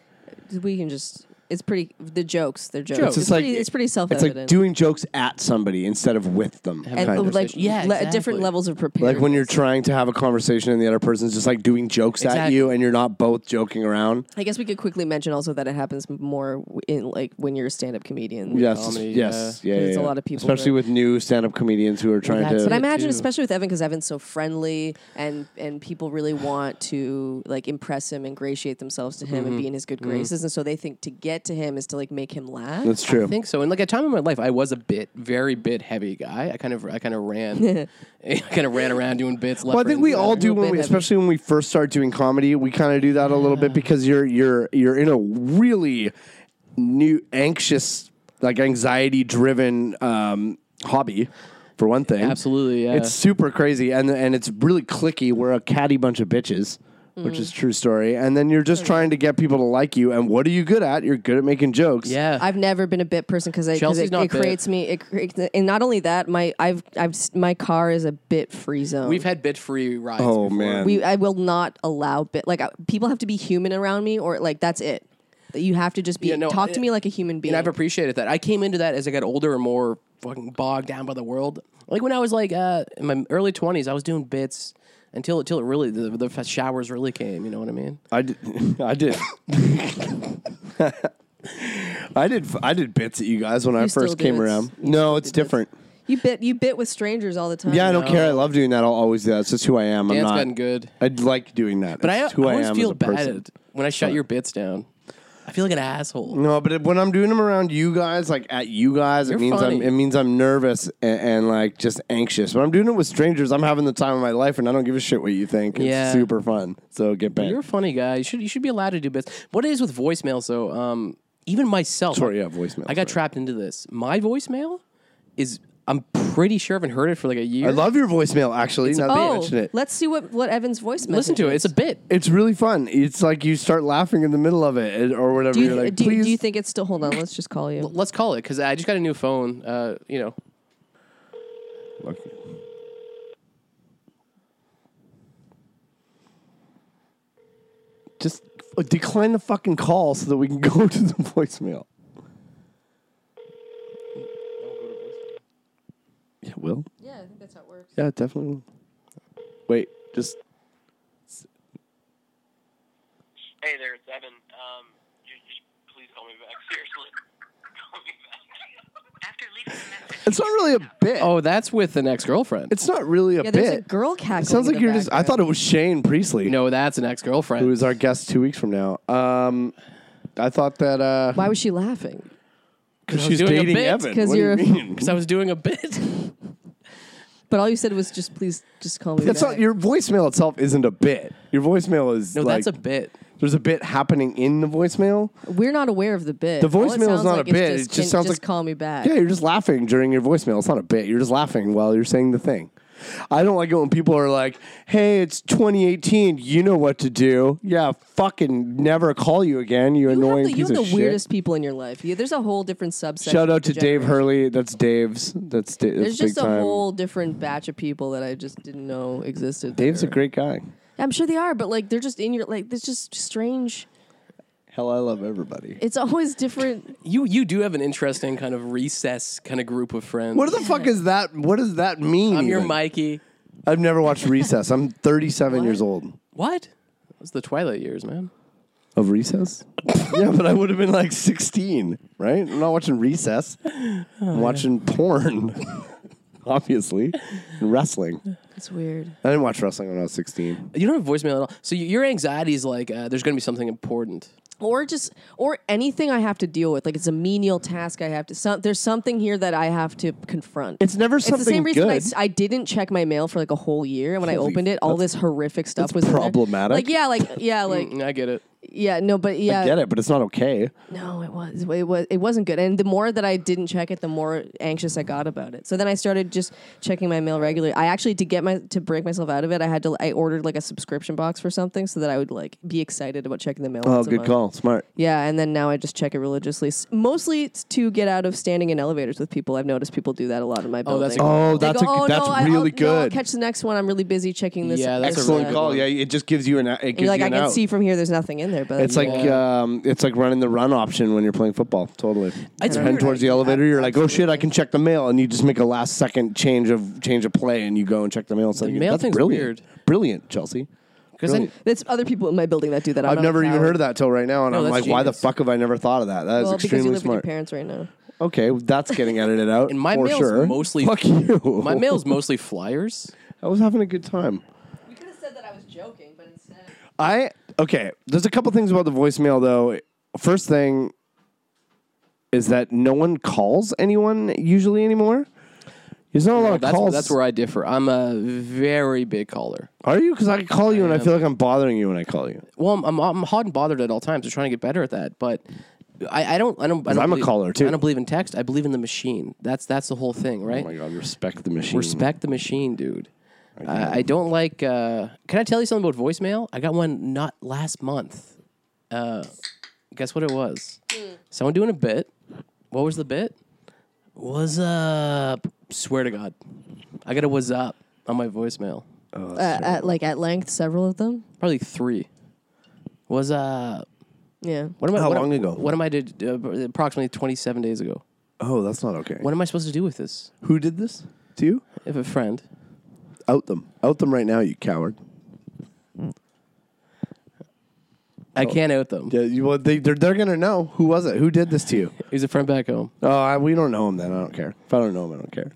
Speaker 5: We can just. It's pretty. The jokes. They're jokes.
Speaker 4: It's
Speaker 5: It's,
Speaker 4: just like
Speaker 5: pretty, it's pretty
Speaker 4: It's
Speaker 5: self-evident.
Speaker 4: like doing jokes at somebody instead of with them.
Speaker 5: and
Speaker 4: kind
Speaker 5: uh,
Speaker 4: of.
Speaker 5: like
Speaker 6: Yeah,
Speaker 5: le-
Speaker 6: exactly.
Speaker 5: different levels of preparedness.
Speaker 4: Like when you're trying to have a conversation and the other person's just like doing jokes at
Speaker 6: Exactly.
Speaker 4: you and you're not both joking around.
Speaker 5: I guess we could quickly mention also that it happens more w- in like when you're a stand-up comedian.
Speaker 4: Yes,
Speaker 6: Comedy,
Speaker 4: yes, yeah. yeah,
Speaker 5: 'Cause it's a
Speaker 4: yeah.
Speaker 5: lot of people
Speaker 4: especially
Speaker 5: that-
Speaker 4: with new stand-up comedians who are trying
Speaker 6: that's
Speaker 4: to.
Speaker 5: But I imagine,
Speaker 6: too.
Speaker 5: especially with Evan, because Evan's so friendly, and and people really want to like impress him, ingratiate themselves to him,
Speaker 4: Mm-hmm.
Speaker 5: and be in his good graces, and so they think to get to him is to like make him laugh.
Speaker 4: that's true.
Speaker 6: I think so. And like at a time in my life, I was a bit, very bit heavy guy. I kind of, I kind of
Speaker 5: [laughs]
Speaker 6: ran, [laughs] I kind of ran around doing bits. Left,
Speaker 4: Well, I think
Speaker 6: right,
Speaker 4: we
Speaker 6: and
Speaker 4: all
Speaker 6: center.
Speaker 4: do when
Speaker 5: bit
Speaker 4: we,
Speaker 5: heavy.
Speaker 4: especially when we first start doing comedy, we kind of do that a little bit because you're you're you're in a really new anxious, like anxiety driven um, hobby. For one thing,
Speaker 6: Absolutely, yeah.
Speaker 4: it's super crazy, and and it's really clicky. We're a catty bunch of bitches,
Speaker 5: Mm.
Speaker 4: which is true story. And then you're just trying to get people to like you. And what are you good at? You're good at making jokes.
Speaker 6: Yeah.
Speaker 5: I've never been a bit person because it,
Speaker 6: Chelsea's not
Speaker 5: it
Speaker 6: bit.
Speaker 5: creates me. It creates, and not only that, my I've I've s- my car is a bit free zone.
Speaker 6: We've had bit free rides.
Speaker 4: Oh
Speaker 6: before.
Speaker 4: man.
Speaker 5: we I will not allow bit like I, people have to be human around me, or like that's it. That you have to just be
Speaker 6: Yeah, no,
Speaker 5: talk to
Speaker 6: I-
Speaker 5: me like a human being.
Speaker 6: And I've appreciated that. I came into that as I got older and more fucking bogged down by the world. Like when I was like uh, in my early twenties, I was doing bits until until it really the, the showers really came. You know what I mean?
Speaker 4: I did. [laughs] I did. I did. I did bits at you guys when I
Speaker 5: You still
Speaker 4: first
Speaker 5: do,
Speaker 4: came
Speaker 5: it's-
Speaker 4: around.
Speaker 5: you
Speaker 4: No,
Speaker 5: still
Speaker 4: it's
Speaker 5: do bits.
Speaker 4: different.
Speaker 5: you bit you bit with strangers all the time.
Speaker 4: Yeah, I don't care. I love doing that. I'll always do that. It's just who I am.
Speaker 6: Dan's
Speaker 4: I'm not.
Speaker 6: gotten good.
Speaker 4: I like doing that.
Speaker 6: But
Speaker 4: it's
Speaker 6: I,
Speaker 4: who
Speaker 6: I always
Speaker 4: am as
Speaker 6: feel
Speaker 4: a
Speaker 6: bad
Speaker 4: person.
Speaker 6: at- when I shut your bits down. I feel like an asshole.
Speaker 4: No, but it, when I'm doing them around you guys, like at you guys, it
Speaker 6: You're
Speaker 4: means I'm
Speaker 6: funny.
Speaker 4: it means I'm nervous and, and like just anxious. When I'm doing it with strangers, I'm having the time of my life, and I don't give a shit what you think. It's
Speaker 6: Yeah.
Speaker 4: super fun. So get back.
Speaker 6: You're a funny guy. You should you should be allowed to do bits. What it is with voicemails though, um, even myself.
Speaker 4: Sorry, yeah, voicemail,
Speaker 6: I got trapped into this. My voicemail is I'm pretty sure I haven't heard it for like a year.
Speaker 4: I love your voicemail. Actually, now that you
Speaker 5: Oh,
Speaker 4: mention it,
Speaker 5: let's see what what Evan's voice.
Speaker 6: Listen
Speaker 5: message
Speaker 6: to it.
Speaker 5: is.
Speaker 6: It's a bit.
Speaker 4: It's really fun. It's like you start laughing in the middle of it and- or whatever.
Speaker 5: Do you,
Speaker 4: You're like,
Speaker 5: do, you-
Speaker 4: please.
Speaker 5: do you think it's still? Hold on, let's just call you.
Speaker 6: Let's call it because I just got a new phone. Uh, you know,
Speaker 4: Just f- decline the fucking call so that we can [laughs] go to the voicemail. Yeah, it will.
Speaker 5: Yeah, I think that's how it works.
Speaker 4: Yeah, it definitely. Will. Wait, just
Speaker 8: Hey there, it's Evan. Um, just, just please call me back. [laughs] Seriously, call me back. After leaving the message,
Speaker 4: it's not really a bit.
Speaker 6: oh, that's with an ex girlfriend.
Speaker 4: it's not really a
Speaker 5: Yeah, there's
Speaker 4: bit.
Speaker 5: a girl cackling.
Speaker 4: it sounds
Speaker 5: in
Speaker 4: like
Speaker 5: the
Speaker 4: you're just. I
Speaker 5: background.
Speaker 4: thought it was Shane Priestley,
Speaker 6: No, that's an ex girlfriend.
Speaker 4: who is our guest two weeks from now. Um, I thought that. Uh,
Speaker 5: Why was she laughing?
Speaker 4: Because
Speaker 6: I
Speaker 4: she's
Speaker 6: was doing a
Speaker 4: dating
Speaker 6: bit,
Speaker 4: Evan.
Speaker 5: 'cause
Speaker 4: What do
Speaker 5: you're a-
Speaker 4: you
Speaker 5: [laughs]
Speaker 4: mean?
Speaker 6: because I was doing
Speaker 4: [laughs]
Speaker 6: a bit.
Speaker 5: But all you said was just please, just call me.
Speaker 4: That's
Speaker 5: back.
Speaker 4: not your voicemail itself isn't a bit. Your voicemail is
Speaker 6: No,
Speaker 4: like,
Speaker 6: that's a bit.
Speaker 4: There's a bit happening in the voicemail.
Speaker 5: We're not aware of the bit.
Speaker 4: The
Speaker 5: All it
Speaker 4: voicemail is
Speaker 5: sounds
Speaker 4: not
Speaker 5: like
Speaker 4: a
Speaker 5: is
Speaker 4: bit.
Speaker 5: Just,
Speaker 4: It just
Speaker 5: can-
Speaker 4: sounds like-
Speaker 5: call me back.
Speaker 4: Yeah, you're just laughing during your voicemail. It's not a bit. You're just laughing while you're saying the thing. I don't like it when people are like, "Hey, it's 2018. You know what to do. Yeah, fucking never call you again. You,
Speaker 5: You
Speaker 4: annoying
Speaker 5: have the, you
Speaker 4: piece
Speaker 5: have
Speaker 4: of
Speaker 5: the
Speaker 4: shit."
Speaker 5: weirdest people in your life. Yeah, there's a whole different subset.
Speaker 4: Shout out to Dave Hurley. That's Dave's. That's, da-
Speaker 5: There's
Speaker 4: that's big
Speaker 5: just a
Speaker 4: time.
Speaker 5: whole different batch of people that I just didn't know existed.
Speaker 4: Dave's a
Speaker 5: there.
Speaker 4: great guy.
Speaker 5: I'm sure they are, but like they're just in your like. It's just strange.
Speaker 4: Hell, I love everybody.
Speaker 5: It's always different.
Speaker 6: You you do have an interesting kind of recess kind of group of friends.
Speaker 4: What the fuck is that? What does that mean?
Speaker 6: I'm your
Speaker 4: even?
Speaker 6: Mikey.
Speaker 4: I've never watched Recess. I'm 37 years old.
Speaker 6: What? That was the Twilight years, man.
Speaker 4: Of Recess? [laughs] yeah, but I would have been like 16, right? I'm not watching Recess.
Speaker 5: Oh,
Speaker 4: I'm watching porn, [laughs] obviously, and wrestling.
Speaker 5: It's weird.
Speaker 4: I didn't watch wrestling when I was 16.
Speaker 6: You don't have voicemail at all. So y- your anxiety is like uh, there's going to be something important.
Speaker 5: or just or anything I have to deal with. Like it's a menial task I have to. Some, there's something here that I have to confront.
Speaker 4: It's never
Speaker 5: It's the
Speaker 4: something
Speaker 5: same reason I,
Speaker 4: good.
Speaker 5: s- I didn't check my mail for like a whole year, and when I
Speaker 4: Holy
Speaker 5: opened it, all this horrific stuff was in there.
Speaker 4: problematic.
Speaker 5: Like
Speaker 4: [laughs]
Speaker 5: yeah, like yeah, like
Speaker 6: Mm, I get it.
Speaker 5: yeah. No, but yeah,
Speaker 4: I get it, but it's not okay.
Speaker 5: no, it was it was it wasn't good. And the more that I didn't check it, the more anxious I got about it. So then I started just checking my mail regularly. I actually to get my to break myself out of it, I had to I ordered like a subscription box for something so that I would like be excited about checking the mail.
Speaker 4: Oh,
Speaker 5: once a
Speaker 4: good
Speaker 5: month.
Speaker 4: call. Smart.
Speaker 5: Yeah, and then now I just check it religiously. S- Mostly it's to get out of standing in elevators with people. I've noticed people do that a lot in my
Speaker 6: Oh,
Speaker 5: building.
Speaker 6: that's a-
Speaker 4: Oh,
Speaker 5: They
Speaker 4: that's,
Speaker 5: go,
Speaker 4: a,
Speaker 5: "Oh,
Speaker 4: that's
Speaker 5: no, I-
Speaker 4: really
Speaker 5: I'll- no, I'll
Speaker 4: good.
Speaker 5: catch the next one. I'm really busy checking this.
Speaker 6: Yeah, that's a
Speaker 5: this,
Speaker 6: really
Speaker 4: Excellent
Speaker 5: that."
Speaker 6: good
Speaker 4: call.
Speaker 6: one.
Speaker 4: Yeah, it just gives you an it gives
Speaker 5: You're like,
Speaker 4: you
Speaker 5: I
Speaker 4: an
Speaker 5: can
Speaker 4: out.
Speaker 5: see from here. There's nothing in there, but
Speaker 4: It's like um, it's like running the run option when you're playing football. Totally.
Speaker 6: It's
Speaker 4: Heading
Speaker 6: weird.
Speaker 4: towards the elevator, you're like, oh shit, I can check the mail, and you just make a last second change of change of play, and you go and check the mail. It's like,
Speaker 6: mail
Speaker 4: that's
Speaker 6: thing's
Speaker 4: brilliant.
Speaker 6: weird.
Speaker 4: Brilliant, Chelsea.
Speaker 6: Because
Speaker 4: Brilliant.
Speaker 5: it's other people in my building that do that. i
Speaker 4: I've never even heard of that till right now, and
Speaker 6: No,
Speaker 4: I'm
Speaker 6: that's
Speaker 4: like, why the
Speaker 6: genius.
Speaker 4: fuck have I never thought of that? That is
Speaker 5: Well, because you
Speaker 4: extremely
Speaker 5: live with your
Speaker 4: smart.
Speaker 5: parents right now.
Speaker 4: Okay, well, that's getting
Speaker 6: [laughs]
Speaker 4: edited out.
Speaker 6: And my
Speaker 4: for
Speaker 6: mail's
Speaker 4: sure.
Speaker 6: mostly-
Speaker 4: fuck you.
Speaker 6: my mail's mostly flyers.
Speaker 4: [laughs] I was having a good time.
Speaker 5: We could have said that I was joking, but instead.
Speaker 4: I okay. There's a couple things about the voicemail though. First thing is that no one calls anyone usually anymore. There's not a lot of
Speaker 6: That's
Speaker 4: calls.
Speaker 6: that's where I differ. I'm a very big caller.
Speaker 4: Are you? Because I can call you, and I feel like I'm bothering you when I call you.
Speaker 6: Well, I'm, I'm, I'm hot and bothered at all times. I'm trying to get better at that, but I, I don't. I don't. I don't
Speaker 4: I'm a
Speaker 6: believe-
Speaker 4: caller, too.
Speaker 6: I don't believe in text. I believe in the machine. That's that's the whole thing, right?
Speaker 4: Oh my god, respect the machine.
Speaker 6: Respect the machine, dude. I, I don't like. Uh, can I tell you something about voicemail? I got one not last month. Uh, guess what it was? Someone doing a bit. What was the bit? Was up? Swear to God, I got a was up on my voicemail.
Speaker 5: Uh, at, like at length, several of them.
Speaker 6: Probably three. Was up?
Speaker 5: Yeah.
Speaker 6: What am I?
Speaker 4: How
Speaker 6: what am-
Speaker 4: long ago?
Speaker 6: What am I did uh, approximately twenty seven days ago?
Speaker 4: Oh, that's not okay.
Speaker 6: What am I supposed to do with this?
Speaker 4: Who did this to you?
Speaker 6: If a friend.
Speaker 4: Out them. Out them right now, you coward. Oh.
Speaker 6: I can't out them.
Speaker 4: Yeah, you, well, they, they're they're gonna know who was it. Who did this to you?
Speaker 6: He's a friend back home.
Speaker 4: [laughs] Oh, I, we don't know him then. I don't care. If I don't know him, I don't care.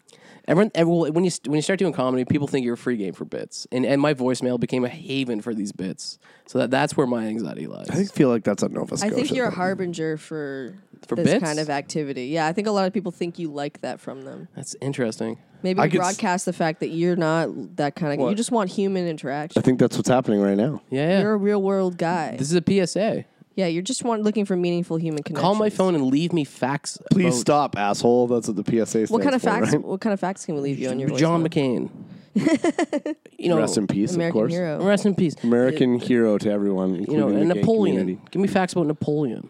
Speaker 6: Everyone, everyone when you st- when you start doing comedy, people think you're a free game for bits, and and my voicemail became a haven for these bits. So that that's where my anxiety lies.
Speaker 4: I feel like that's a Nova
Speaker 5: I
Speaker 4: Scotia.
Speaker 5: think you're a
Speaker 4: thing.
Speaker 5: harbinger for,
Speaker 6: For
Speaker 5: this
Speaker 6: bits?
Speaker 5: kind of activity. Yeah, I think a lot of people think you like that from them.
Speaker 6: that's interesting.
Speaker 5: Maybe
Speaker 4: I
Speaker 5: you
Speaker 4: could s-
Speaker 5: broadcast the fact that you're not that kind of. You just want human
Speaker 4: I
Speaker 5: interaction.
Speaker 4: think that's what's happening right now.
Speaker 6: Yeah, yeah.
Speaker 5: You're a real world guy.
Speaker 6: this is a PSA.
Speaker 5: yeah, you're just want, looking for meaningful human connections.
Speaker 6: Call my phone and leave me facts.
Speaker 4: Please
Speaker 6: about
Speaker 4: stop, asshole. That's what the PSA stands
Speaker 5: What kind of
Speaker 4: for,
Speaker 5: facts?
Speaker 4: right?
Speaker 5: What kind of facts can we leave you on your
Speaker 6: John
Speaker 5: voicemail?
Speaker 6: McCain.
Speaker 4: [laughs]
Speaker 6: you know,
Speaker 4: Rest in peace,
Speaker 5: American
Speaker 4: of course.
Speaker 5: hero.
Speaker 6: Rest in peace.
Speaker 4: American hero to everyone,
Speaker 6: You know,
Speaker 4: including
Speaker 6: and
Speaker 4: the gay
Speaker 6: Napoleon.
Speaker 4: community.
Speaker 6: Give me facts about Napoleon.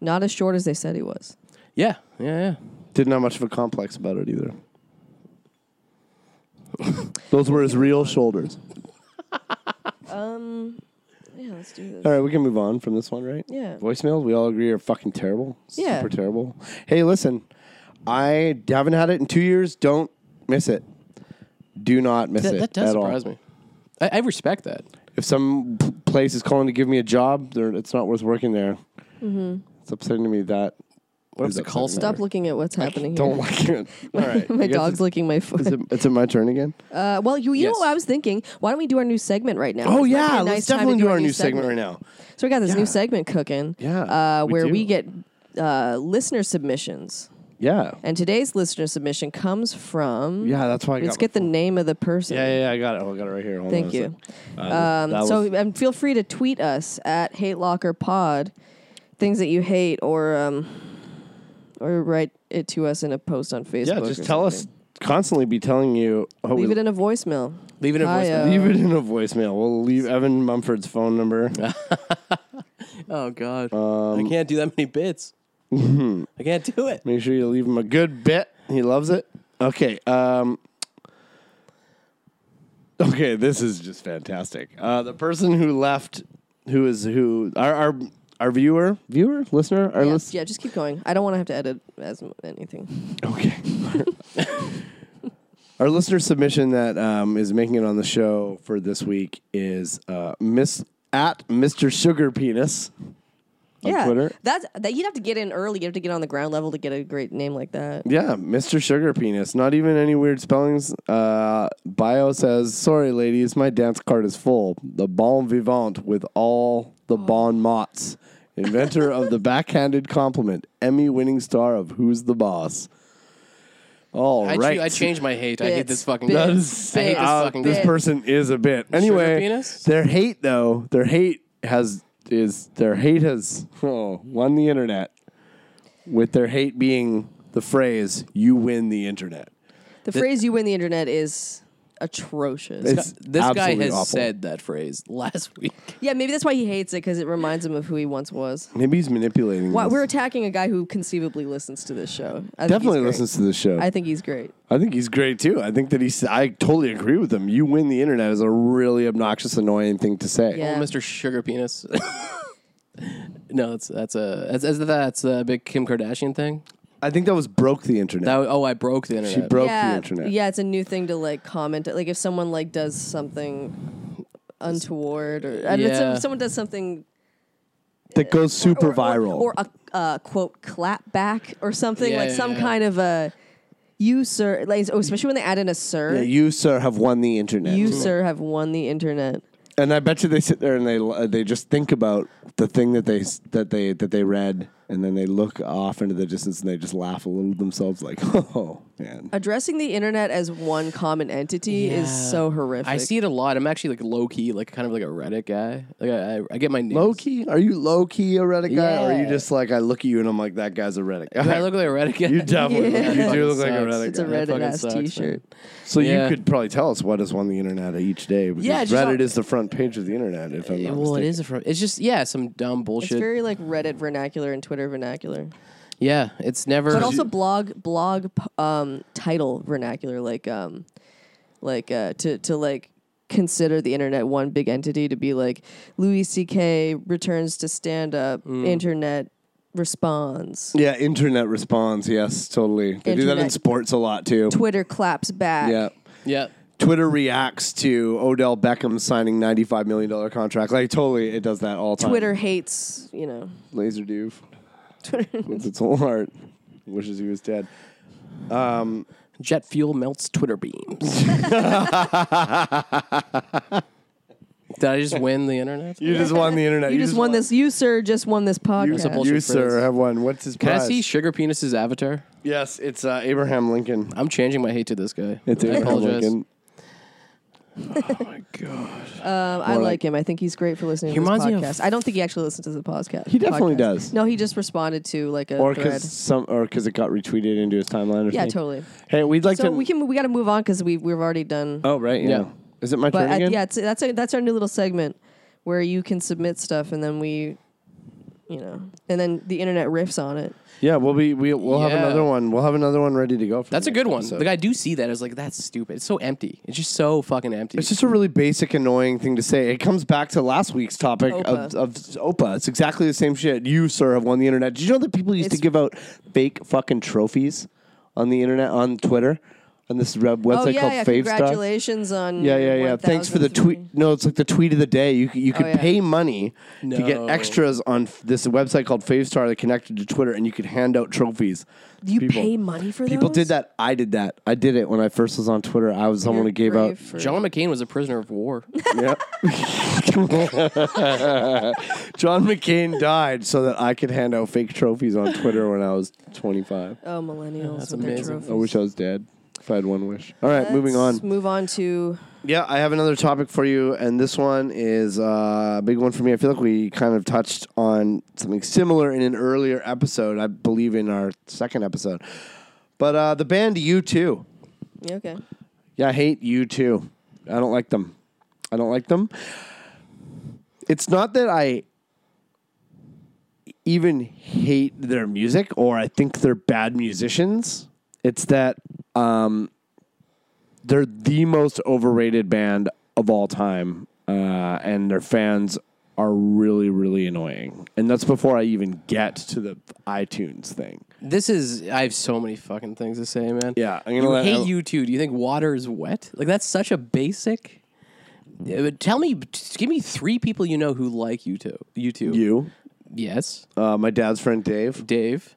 Speaker 5: Not as short as they said he was.
Speaker 6: Yeah, yeah, yeah.
Speaker 4: Didn't have much of a complex about it either. [laughs] Those were his real shoulders.
Speaker 5: Yeah, let's do this.
Speaker 4: All right, we can move on from this one, right?
Speaker 5: Yeah.
Speaker 4: Voicemails, we all agree, are fucking terrible.
Speaker 5: Yeah.
Speaker 4: Super terrible. Hey, listen, I haven't had it in two years. Don't miss it. Do not miss
Speaker 6: That,
Speaker 4: it
Speaker 6: that does
Speaker 4: at all.
Speaker 6: surprise me. I, I respect that.
Speaker 4: If some p- place is calling to give me a job, they're- it's not worth working there.
Speaker 5: Mm-hmm.
Speaker 4: It's upsetting to me that.
Speaker 6: What if
Speaker 4: is
Speaker 6: the call
Speaker 4: upsetting.
Speaker 5: Stop looking at what's happening
Speaker 4: Don't
Speaker 5: here.
Speaker 4: like
Speaker 5: [laughs]
Speaker 4: it. All right.
Speaker 5: my
Speaker 4: I guess
Speaker 5: dog's
Speaker 4: it's- [laughs]
Speaker 5: licking my foot.
Speaker 4: Is it, is it my turn again?
Speaker 5: [laughs] Uh, well, you, you know
Speaker 4: Yes.
Speaker 5: what I was thinking? Why don't we do our new segment right now?
Speaker 4: Oh
Speaker 5: It's
Speaker 4: yeah,
Speaker 5: actually a
Speaker 4: let's
Speaker 5: nice time to
Speaker 4: definitely do our new segment, right now.
Speaker 5: So we got this new segment cooking.
Speaker 4: Yeah,
Speaker 5: uh,
Speaker 4: we
Speaker 5: where
Speaker 4: do.
Speaker 5: we get uh, listener submissions.
Speaker 4: Yeah.
Speaker 5: And today's listener submission comes from.
Speaker 4: Yeah, that's why I
Speaker 5: Let's
Speaker 4: got
Speaker 5: get the
Speaker 4: my phone.
Speaker 5: name of the
Speaker 4: [laughs]
Speaker 5: person.
Speaker 4: Yeah, yeah, yeah, I got it. Oh, I got it right here. Hold
Speaker 5: Thank
Speaker 4: on a
Speaker 5: you.
Speaker 4: sec. Uh,
Speaker 5: Um,
Speaker 4: that
Speaker 5: so
Speaker 4: was-
Speaker 5: and feel free to tweet us at Hate Locker Pod, things that you hate, or um, or write it to us in a post on Facebook.
Speaker 4: yeah,
Speaker 5: or
Speaker 4: just tell us.
Speaker 5: something.
Speaker 4: Constantly be telling you. Oh,
Speaker 5: Leave
Speaker 4: we,
Speaker 5: it in a voicemail.
Speaker 6: Leave it in a
Speaker 5: Hi,
Speaker 6: voicemail.
Speaker 5: uh,
Speaker 4: leave it in a voicemail. We'll leave Evan Mumford's phone number.
Speaker 6: Oh God, I can't do that many bits. I can't do
Speaker 4: [laughs]
Speaker 6: it.
Speaker 4: Make sure you leave him a good bit. He loves it. Okay. Um, okay, this is just fantastic. Uh, the person who left, who is who, our our, our viewer, viewer, listener, our
Speaker 5: Yeah,
Speaker 4: listener.
Speaker 5: yeah, just keep going. I don't want to have to edit as m- anything.
Speaker 4: Okay. [laughs] Our listener submission that um, is making it on the show for this week is uh, Miss at Mr. Sugar Penis on
Speaker 5: yeah,
Speaker 4: Twitter.
Speaker 5: that's that. You'd have to get in early. You have to get on the ground level to get a great name like that.
Speaker 4: Yeah, Mr. Sugar Penis. Not even any weird spellings. Uh, bio says, "Sorry, ladies, my dance card is full. The bon vivant with all the
Speaker 6: Oh.
Speaker 4: bon mots. Inventor of the backhanded compliment. Emmy-winning star of Who's the Boss." All
Speaker 6: I,
Speaker 4: right.
Speaker 6: ch- I changed my hate. I hate
Speaker 5: Bits,
Speaker 6: this fucking.
Speaker 5: bits,
Speaker 6: guy.
Speaker 5: bits,
Speaker 6: [laughs] I hate this
Speaker 5: Uh,
Speaker 6: fucking.
Speaker 4: this
Speaker 6: guy.
Speaker 5: bit.
Speaker 4: person is a bit. Anyway,
Speaker 6: penis?
Speaker 4: their hate though, their hate has is their hate has [laughs] oh, won the internet. With their hate being the phrase "you win the internet."
Speaker 5: The phrase "you win the internet" is atrocious.
Speaker 4: It's
Speaker 6: this guy
Speaker 4: absolutely
Speaker 6: has
Speaker 4: awful.
Speaker 6: said that phrase [laughs] last week.
Speaker 5: yeah, maybe that's why he hates it because it reminds him of who he once was.
Speaker 4: maybe he's manipulating.
Speaker 5: Why,
Speaker 4: this.
Speaker 5: we're attacking a guy who conceivably listens to this show. I think he's
Speaker 4: definitely
Speaker 5: great.
Speaker 4: listens to this show. I,
Speaker 5: I think he's great.
Speaker 4: think he's great too. I think that he's. I totally agree with him. You win the internet is a really obnoxious, annoying thing to say.
Speaker 5: [laughs] Yeah.
Speaker 6: Oh, Mr. Sugar Penis. [laughs] no, that's that's a that's that's, that's a big Kim Kardashian thing.
Speaker 4: I think that was broke the internet.
Speaker 6: That oh, I broke the internet.
Speaker 4: she broke the
Speaker 5: yeah,
Speaker 4: internet.
Speaker 5: yeah, it's a new thing to like comment. Like if someone like does something untoward, or I mean,
Speaker 6: Yeah.
Speaker 5: if someone does something
Speaker 4: that goes super
Speaker 5: or- or-
Speaker 4: viral.
Speaker 5: or, a uh, quote clap back or something
Speaker 6: Yeah,
Speaker 5: like
Speaker 6: yeah,
Speaker 5: some
Speaker 6: yeah.
Speaker 5: kind of a you sir, like oh, especially when they add in a sir.
Speaker 4: Yeah, you sir have won the internet.
Speaker 5: you sir have won the internet.
Speaker 4: And I bet you they sit there and they uh, they just think about the thing that they s- that they that they read, and then they look off into the distance and they just laugh a little to themselves, like, [laughs] "Oh man,
Speaker 5: Addressing the internet as one common entity is
Speaker 6: Yeah.
Speaker 5: so horrific.
Speaker 6: I see it a lot. I'm actually like low key, like kind of like a Reddit guy. Like I, I, I get my news.
Speaker 4: low key? Are you low key a Reddit guy, or are you
Speaker 6: Yeah.
Speaker 4: just like I look at you and I'm like that guy's a Reddit
Speaker 6: Do
Speaker 4: guy?
Speaker 6: [laughs] I look like a Reddit guy?
Speaker 4: you definitely
Speaker 5: Yeah.
Speaker 4: you
Speaker 6: Fucking
Speaker 4: do look like a
Speaker 6: sucks.
Speaker 4: Reddit
Speaker 5: it's
Speaker 4: guy.
Speaker 5: a
Speaker 6: That
Speaker 5: Reddit
Speaker 6: fucking
Speaker 5: ass
Speaker 6: sucks, man.
Speaker 5: T-shirt.
Speaker 4: so you
Speaker 6: Yeah.
Speaker 4: could probably tell us what has won the internet each day. Because
Speaker 6: Yeah, just
Speaker 4: Reddit
Speaker 6: on-
Speaker 4: is the front page of the internet. If I'm
Speaker 6: Yeah,
Speaker 4: not
Speaker 6: well, it
Speaker 4: mistaken.
Speaker 6: is a from. It's just yeah, some dumb
Speaker 5: It's
Speaker 6: bullshit.
Speaker 5: very like Reddit vernacular and Twitter vernacular.
Speaker 6: yeah, it's never.
Speaker 5: but also blog blog um, title vernacular like um like uh, to to like consider the internet one big entity to be like Louis C.K. returns to stand up
Speaker 4: Mm.
Speaker 5: internet responds
Speaker 4: Yeah, internet responds. Yes, totally. They do that in
Speaker 5: Internet.
Speaker 4: sports a lot too.
Speaker 5: Twitter claps back
Speaker 4: yeah.
Speaker 6: [laughs] yeah.
Speaker 4: Twitter reacts to Odell Beckham signing ninety-five million dollar contract. Like totally, it does that all the time.
Speaker 5: Twitter hates you know
Speaker 4: laser doof. Twitter with [laughs] its whole heart wishes he was dead.
Speaker 6: Jet fuel melts Twitter beams.
Speaker 5: [laughs]
Speaker 6: Did I just win the internet?
Speaker 4: You just won the internet.
Speaker 5: you, just won this you sir just won this
Speaker 4: You,
Speaker 5: podcast
Speaker 4: you
Speaker 6: bullshit
Speaker 4: sir
Speaker 6: phrase.
Speaker 4: have won. What's his
Speaker 6: Can
Speaker 4: prize?
Speaker 6: I see Sugar Penis's avatar?
Speaker 4: yes, it's uh, Abraham Lincoln.
Speaker 6: I'm changing my hate to this guy.
Speaker 4: It's
Speaker 5: [laughs]
Speaker 6: I
Speaker 4: Abraham
Speaker 6: apologize. Oh
Speaker 4: Lincoln. [laughs]
Speaker 5: um, I like him I think he's great for listening
Speaker 6: He
Speaker 5: to this
Speaker 6: reminds me of-
Speaker 5: podcast I don't think he actually listens to the podcast
Speaker 4: He definitely
Speaker 5: podcast.
Speaker 4: does.
Speaker 5: no he just responded to like a
Speaker 4: Or
Speaker 5: thread
Speaker 4: because some, or because it got retweeted into his timeline. Or
Speaker 5: yeah
Speaker 4: something.
Speaker 5: totally
Speaker 4: Hey, we'd like
Speaker 5: So
Speaker 4: to.
Speaker 5: we can we got to move on because we we've already done.
Speaker 4: oh right, yeah.
Speaker 6: Yeah.
Speaker 4: Is it my
Speaker 5: but
Speaker 4: turn
Speaker 5: I-
Speaker 4: again?
Speaker 5: yeah, it's, that's our, that's our new little segment where you can submit stuff and then we, you know, and then the internet riffs on it.
Speaker 4: Yeah, we'll be we, we'll have
Speaker 6: Yeah.
Speaker 4: another one. We'll have another one ready to go. For
Speaker 6: That's
Speaker 4: the
Speaker 6: a good
Speaker 4: next
Speaker 6: one.
Speaker 4: episode.
Speaker 6: Like I do see that. I was like, that's stupid. It's so empty. It's just so fucking empty.
Speaker 4: It's just a really basic, annoying thing to say. It comes back to last week's topic Of,
Speaker 5: Opa.
Speaker 4: of Opa. It's exactly the same shit. You, sir, have won the internet. Did you know that people used to
Speaker 5: It's-
Speaker 4: give out fake fucking trophies on the internet on Twitter? on this web website
Speaker 5: oh yeah,
Speaker 4: called
Speaker 5: yeah.
Speaker 4: Favestar.
Speaker 5: Congratulations on.
Speaker 4: Yeah, yeah, yeah. Thanks for the
Speaker 5: 1,000th.
Speaker 4: tweet. No, it's like the tweet of the day. You c- you could
Speaker 5: Oh, yeah.
Speaker 4: pay money to get
Speaker 6: No.
Speaker 4: extras on f- this website called Favestar that connected to Twitter, and you could hand out trophies.
Speaker 5: You
Speaker 4: people.
Speaker 5: pay money for
Speaker 4: People
Speaker 5: those?
Speaker 4: did that. I did that. I did it when I first was on Twitter. I was someone who gave
Speaker 5: Brave
Speaker 4: out.
Speaker 5: for-
Speaker 6: John McCain was a prisoner of war.
Speaker 4: Yep. John McCain died so that I could hand out fake trophies on Twitter when I was 25.
Speaker 5: Oh, millennials. That's
Speaker 6: amazing.
Speaker 5: amazing.
Speaker 4: I wish I was dead. If I had one wish. All right, moving on.
Speaker 5: Move on to.
Speaker 4: Yeah, I have another topic for you, and this one is uh, a big one for me. I feel like we kind of touched on something similar in an earlier episode, I believe in our second episode. But uh, the band U2.
Speaker 5: yeah, Okay.
Speaker 4: Yeah, I hate U2. I don't like them. I don't like them. It's not that I even hate their music or I think they're bad musicians. It's that um, they're the most overrated band of all time, uh, and their fans are really, really annoying. And that's before I even get to the iTunes thing.
Speaker 6: This is I have so many fucking things to say, man.
Speaker 4: Yeah, I'm gonna
Speaker 6: you
Speaker 4: let-
Speaker 6: hate
Speaker 4: I'll-
Speaker 6: you too. Do you think water is wet? Like that's such a basic. Yeah, but Tell me, just give me three people you know who like you two. You two.
Speaker 4: You,
Speaker 6: Yes,
Speaker 4: uh, my dad's friend Dave,
Speaker 6: Dave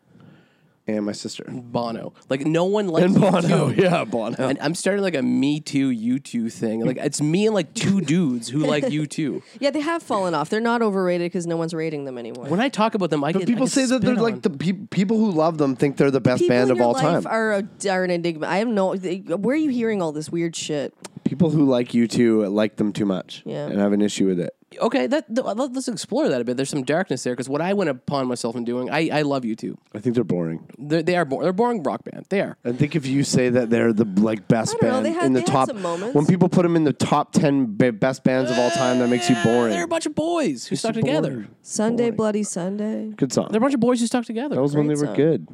Speaker 4: and my sister.
Speaker 6: Bono. Like no one likes
Speaker 4: And
Speaker 6: U2.
Speaker 4: Bono. [laughs] Yeah, Bono.
Speaker 6: And I'm starting like a Me Too You Two thing. Like it's me and like
Speaker 4: [laughs]
Speaker 6: two dudes who like you two.
Speaker 5: Yeah, they have fallen off. They're not overrated because no one's rating them anymore.
Speaker 6: When I talk about them, I
Speaker 4: But
Speaker 6: get I
Speaker 4: people
Speaker 6: get
Speaker 4: say that
Speaker 6: spit
Speaker 4: they're
Speaker 6: on.
Speaker 4: like the pe- people who love them think they're the best
Speaker 5: People
Speaker 4: band
Speaker 5: in
Speaker 4: of
Speaker 5: your
Speaker 4: all
Speaker 5: life
Speaker 4: time.
Speaker 5: are, a, are an enigma. I have no. They, where are you hearing all this weird shit?
Speaker 4: people who like you two like them too much
Speaker 5: Yeah.
Speaker 4: and have an issue with it.
Speaker 6: okay. That th- let- let's explore that a bit. There's some darkness there because what I went upon myself in doing, I I love you two.
Speaker 4: I think they're boring.
Speaker 6: They're, they are boring. They're a boring rock band. They are.
Speaker 4: I think if you say that they're the like best
Speaker 5: I don't know,
Speaker 4: band
Speaker 5: they had-
Speaker 4: in the
Speaker 5: they had
Speaker 4: top,
Speaker 5: some moments. Uh,
Speaker 4: when people put them in the top ten b- best bands of all time, that makes you boring.
Speaker 6: They're a bunch of boys who stuck together.
Speaker 5: Sunday, bloody Sunday.
Speaker 4: Good song.
Speaker 6: They're a bunch of boys who stuck together.
Speaker 4: that was when they
Speaker 5: great
Speaker 4: were
Speaker 5: song.
Speaker 4: good.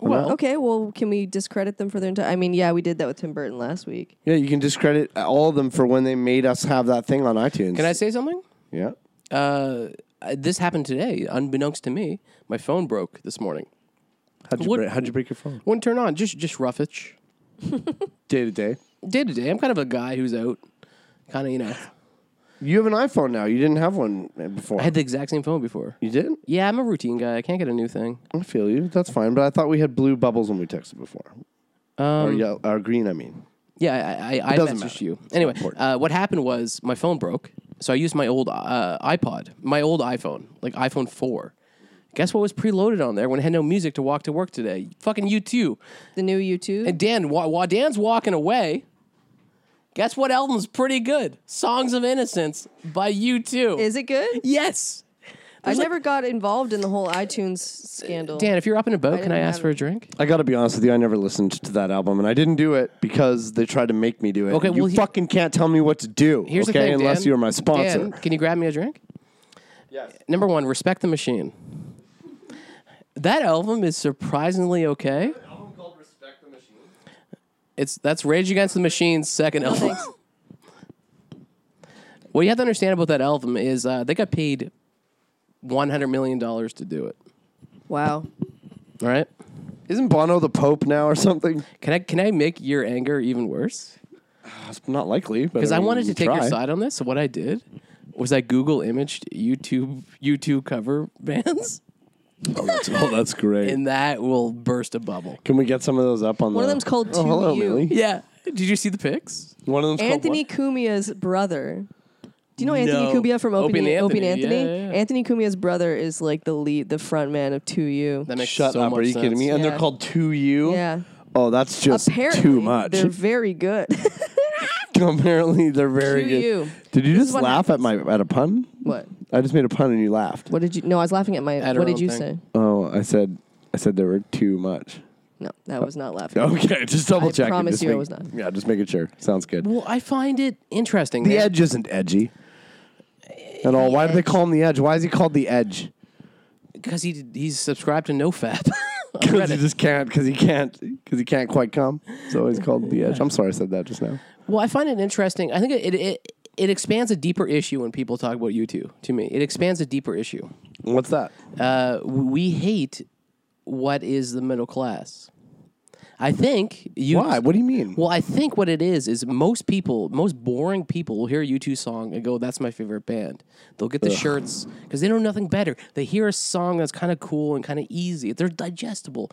Speaker 6: well,
Speaker 5: Okay, well, can we discredit them for their entire? I mean, yeah, we did that with Tim Burton last week.
Speaker 4: Yeah, you can discredit all of them for when they made us have that thing on iTunes.
Speaker 6: Can I say something?
Speaker 4: Yeah.
Speaker 6: Uh, I- this happened today, unbeknownst to me. My phone broke this morning.
Speaker 4: How'd you,
Speaker 6: What-
Speaker 4: break, how'd you break your phone?
Speaker 6: Wouldn't turn on. Just just roughage.
Speaker 4: Day to day.
Speaker 6: Day to day, I'm kind of a guy who's out. Kind of, you know.
Speaker 4: You have an iPhone now. You didn't have one before.
Speaker 6: I had the exact same phone before.
Speaker 4: you did?
Speaker 6: Yeah, I'm a routine guy. I can't get a new thing.
Speaker 4: I feel you. That's fine. But I thought we had blue bubbles when we texted before. or,
Speaker 6: Um,
Speaker 4: yellow, or green, I mean.
Speaker 6: yeah, I, I, I
Speaker 4: doesn't
Speaker 6: messaged
Speaker 4: matter.
Speaker 6: you. Anyway,
Speaker 4: important.
Speaker 6: uh, what happened was my phone broke, so I used my old uh, iPod, my old iPhone, like iPhone four. Guess what was preloaded on there when I had no music to walk to work today? Fucking you too.
Speaker 5: The new U two.
Speaker 6: And Dan, while, while Dan's walking away, guess what album's pretty good? Songs of Innocence by U2.
Speaker 5: Is it good?
Speaker 6: yes.
Speaker 5: I never got involved in the whole iTunes scandal.
Speaker 6: Dan, if you're up in a boat, can I
Speaker 5: didn't
Speaker 6: ask
Speaker 5: have
Speaker 6: for a
Speaker 5: it.
Speaker 6: drink?
Speaker 4: I got to be honest with you. I never listened to that album, and I didn't do it because they tried to make me do it.
Speaker 6: Okay,
Speaker 4: you
Speaker 6: well, he-
Speaker 4: fucking can't tell me what to do.
Speaker 6: Here's
Speaker 4: okay,
Speaker 6: the thing,
Speaker 4: unless
Speaker 6: Dan.
Speaker 4: you're my sponsor.
Speaker 6: Dan, can you grab me a drink? Yes. Number one, respect the machine. That album is surprisingly okay. It's that's Rage Against the Machine's second album.
Speaker 5: thanks.
Speaker 6: what you have to understand about that album is uh, they got paid one hundred million dollars to do it.
Speaker 5: Wow.
Speaker 6: All right.
Speaker 4: Isn't Bono the Pope now or something?
Speaker 6: Can I can I make your anger even worse?
Speaker 4: That's not likely.
Speaker 6: Because I, wanted to take
Speaker 4: try.
Speaker 6: your side on this. So what I did was I Google imaged YouTube YouTube cover [laughs] bands,
Speaker 4: Oh, that's, [laughs] oh, that's great.
Speaker 6: and that will burst a bubble.
Speaker 4: Can we get some of those up on?
Speaker 5: One
Speaker 4: the...
Speaker 5: of them's called
Speaker 4: Oh,
Speaker 5: To
Speaker 4: hello,
Speaker 5: You.
Speaker 4: Millie.
Speaker 6: Yeah. Did you see the pics?
Speaker 4: One of them's
Speaker 5: Anthony
Speaker 4: Called
Speaker 5: Cumia's brother. Do you know Anthony
Speaker 6: No.
Speaker 5: Cumia from Open,
Speaker 6: Open
Speaker 5: Anthony? Open
Speaker 6: Anthony,
Speaker 5: Anthony?
Speaker 6: yeah, yeah, yeah.
Speaker 5: Anthony Cumia's brother is like the lead, the front man of Two U.
Speaker 6: That
Speaker 4: what?
Speaker 6: makes
Speaker 4: Shut
Speaker 6: so
Speaker 4: up!
Speaker 6: much
Speaker 4: Are you kidding
Speaker 6: sense.
Speaker 4: me? And
Speaker 5: Yeah.
Speaker 4: they're called Two You.
Speaker 5: Yeah.
Speaker 4: Oh, that's just
Speaker 5: Apparently,
Speaker 4: too much.
Speaker 5: They're very
Speaker 6: [laughs]
Speaker 5: good.
Speaker 4: [laughs] Apparently, they're very
Speaker 5: To
Speaker 4: good.
Speaker 5: You.
Speaker 4: Did you just
Speaker 5: what
Speaker 4: laugh at my at a pun?
Speaker 5: what?
Speaker 4: I just made a pun and you laughed.
Speaker 5: What did you? No, I was laughing at my.
Speaker 6: At her
Speaker 5: what did
Speaker 6: own
Speaker 5: you
Speaker 6: thing.
Speaker 5: say?
Speaker 4: Oh, I said I said there were too much.
Speaker 5: No, that was not laughing.
Speaker 6: Oh.
Speaker 4: Okay, just double
Speaker 5: I
Speaker 4: check.
Speaker 5: promise you I
Speaker 4: make,
Speaker 5: was not.
Speaker 4: Yeah, just making sure. Sounds good.
Speaker 6: Well, I find it interesting.
Speaker 4: The
Speaker 6: that-
Speaker 4: edge isn't edgy. At all. Why do they call him the edge? Why is he called the [laughs] edge?
Speaker 6: because he he's subscribed to NoFap. on
Speaker 4: Because he
Speaker 6: Reddit.
Speaker 4: just can't. Because he can't. Because he can't quite come. So he's called the edge. I'm sorry, I said that just now.
Speaker 6: [laughs] well, I find it interesting. I think it, it it expands a deeper issue when people talk about you two. To me, it expands a deeper issue.
Speaker 4: What's that?
Speaker 6: Uh, we hate what is the middle class. I think you.
Speaker 4: Why? What do you mean?
Speaker 6: Well, I think what it is is most people, most boring people, will hear a U2 song and go, "That's my favorite band." They'll get the shirts because they know nothing better. They hear a song that's kind of cool and kind of easy. They're digestible.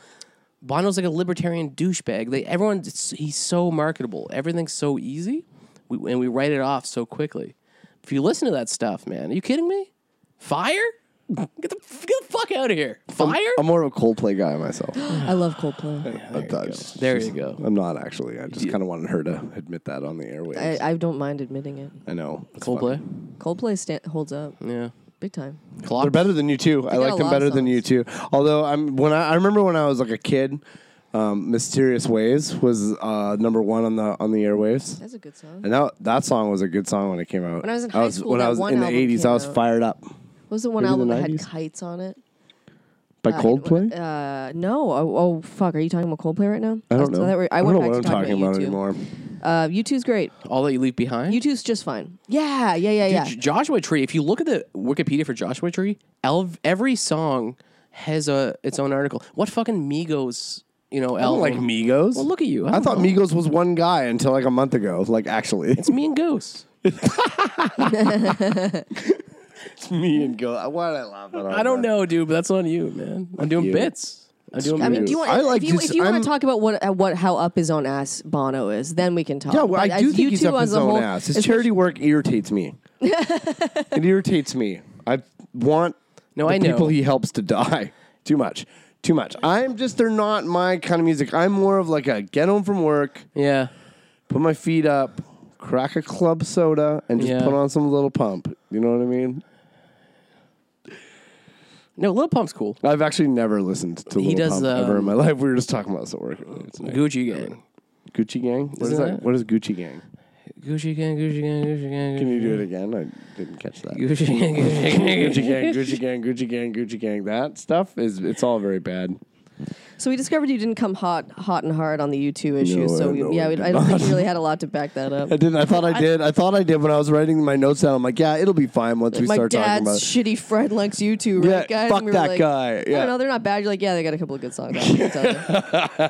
Speaker 6: Bono's like a libertarian douchebag. They everyone he's so marketable. Everything's so easy, we, and we write it off so quickly. If you listen to that stuff, man, are you kidding me? Fire? [laughs] Get the, get the fuck out of here! Fire?
Speaker 4: I'm more of a Coldplay guy [gasps] myself.
Speaker 5: I love Coldplay.
Speaker 4: But that's-
Speaker 6: There you go.
Speaker 4: I'm not actually. I just kind of wanted her to admit that on the airwaves.
Speaker 5: I, I don't mind admitting it.
Speaker 4: I know. It's
Speaker 6: Coldplay.
Speaker 5: Coldplay sta- holds up
Speaker 6: Yeah.
Speaker 5: big time.
Speaker 6: Clock.
Speaker 4: They're better than you too. I
Speaker 5: got
Speaker 4: like
Speaker 5: a
Speaker 4: them
Speaker 5: lot of
Speaker 4: better than you
Speaker 5: songs.
Speaker 4: too. Although I'm when I, I remember when I was like a kid, um, "Mysterious Ways" was uh, number one on the on the airwaves,
Speaker 5: That's a good song.
Speaker 4: and that that song was a good song when it came out.
Speaker 5: When I was in high school,
Speaker 4: when I
Speaker 5: that
Speaker 4: was
Speaker 5: one
Speaker 4: in the
Speaker 5: album
Speaker 4: '80s,
Speaker 5: came
Speaker 4: I was
Speaker 5: out.
Speaker 4: fired up
Speaker 5: What was the one
Speaker 4: Maybe the
Speaker 5: album that
Speaker 4: 90s?
Speaker 5: had kites on it?
Speaker 4: by
Speaker 5: Uh,
Speaker 4: Coldplay.
Speaker 5: Uh, no. Oh, oh, fuck. Are you talking about Coldplay right now?
Speaker 4: I don't know.
Speaker 5: thought we- I,
Speaker 4: don't
Speaker 5: went
Speaker 4: know what I'm
Speaker 5: back to
Speaker 4: talking about,
Speaker 5: U2.
Speaker 4: anymore.
Speaker 5: Uh, U2's great.
Speaker 6: All that you leave behind.
Speaker 5: U2's just fine. Yeah, yeah, yeah, yeah.
Speaker 6: J- Joshua Tree. If you look at the Wikipedia for Joshua Tree, elv- every song has a its own article. What fucking Migos? You know,
Speaker 4: I don't
Speaker 6: album?
Speaker 4: like Migos.
Speaker 6: Well, look at you. I,
Speaker 4: I
Speaker 6: don't
Speaker 4: thought
Speaker 6: know.
Speaker 4: Migos was one guy until like a month ago. Like actually,
Speaker 6: It's me and Ghost.
Speaker 4: it's [laughs] me and go. Why did I laugh at all
Speaker 6: I don't
Speaker 4: that?
Speaker 6: know, dude, but that's on you, man. I'm doing
Speaker 4: you.
Speaker 6: bits. I'm doing.
Speaker 5: I mean,
Speaker 6: bits.
Speaker 5: do you want?
Speaker 4: I like
Speaker 5: if you,
Speaker 4: to s-
Speaker 5: if you want
Speaker 4: I'm-
Speaker 5: to talk about what uh, what how up his own ass Bono is, then we can talk.
Speaker 4: Yeah, well,
Speaker 5: But
Speaker 4: I do
Speaker 5: as
Speaker 4: think he's
Speaker 5: U2
Speaker 4: up his
Speaker 5: as a
Speaker 4: own
Speaker 5: whole-
Speaker 4: ass. His
Speaker 5: as-
Speaker 4: charity work irritates
Speaker 6: [laughs]
Speaker 4: me. it irritates me. I want
Speaker 6: No,
Speaker 4: the
Speaker 6: Oh, I know.
Speaker 4: people he helps to die. [laughs] Too much. Too much. I'm just, they're not my kind of music. I'm more of like a get home from work,
Speaker 6: yeah.
Speaker 4: put my feet up, crack a club soda, and just
Speaker 6: Yeah.
Speaker 4: put on some little pump. You know what I mean?
Speaker 6: No, Lil Pump's cool.
Speaker 4: I've actually never listened to Lil
Speaker 6: He does,
Speaker 4: Pump ever in
Speaker 6: um,
Speaker 4: my [laughs] life. We were just talking about this at work. earlier tonight.
Speaker 6: Gucci Gang.
Speaker 4: Gucci Gang? What is
Speaker 6: Isn't
Speaker 4: that?
Speaker 6: it?
Speaker 4: What is Gucci Gang?
Speaker 6: Gucci Gang. Gucci Gang. Gucci Gang.
Speaker 4: Can you do it again? I didn't catch that.
Speaker 6: Gucci Gang. Gucci
Speaker 4: [laughs]
Speaker 6: Gang.
Speaker 4: Gucci
Speaker 5: [laughs]
Speaker 4: gang, Gucci gang, Gucci gang, Gucci gang. That stuff is it's all very bad.
Speaker 5: So we discovered you didn't come hot hot and hard on the U2 issue.
Speaker 4: No,
Speaker 5: so
Speaker 4: I-
Speaker 5: we-
Speaker 4: no, I
Speaker 5: yeah, we,
Speaker 4: did
Speaker 5: I don't think
Speaker 4: [laughs] not.
Speaker 5: you really had a lot to back that up.
Speaker 4: I didn't. I thought I did. I thought I did when I was writing my notes down. I'm like, yeah, it'll be fine once we
Speaker 5: My
Speaker 4: start talking
Speaker 5: dad's
Speaker 4: about. it.
Speaker 5: shitty friend likes U2, right,
Speaker 4: Yeah,
Speaker 5: guys?
Speaker 4: fuck
Speaker 5: And we were
Speaker 4: that
Speaker 5: like,
Speaker 4: guy.
Speaker 5: I
Speaker 4: Yeah.
Speaker 5: don't know. They're not bad. You're like, yeah, they got a couple of good songs. I can tell you.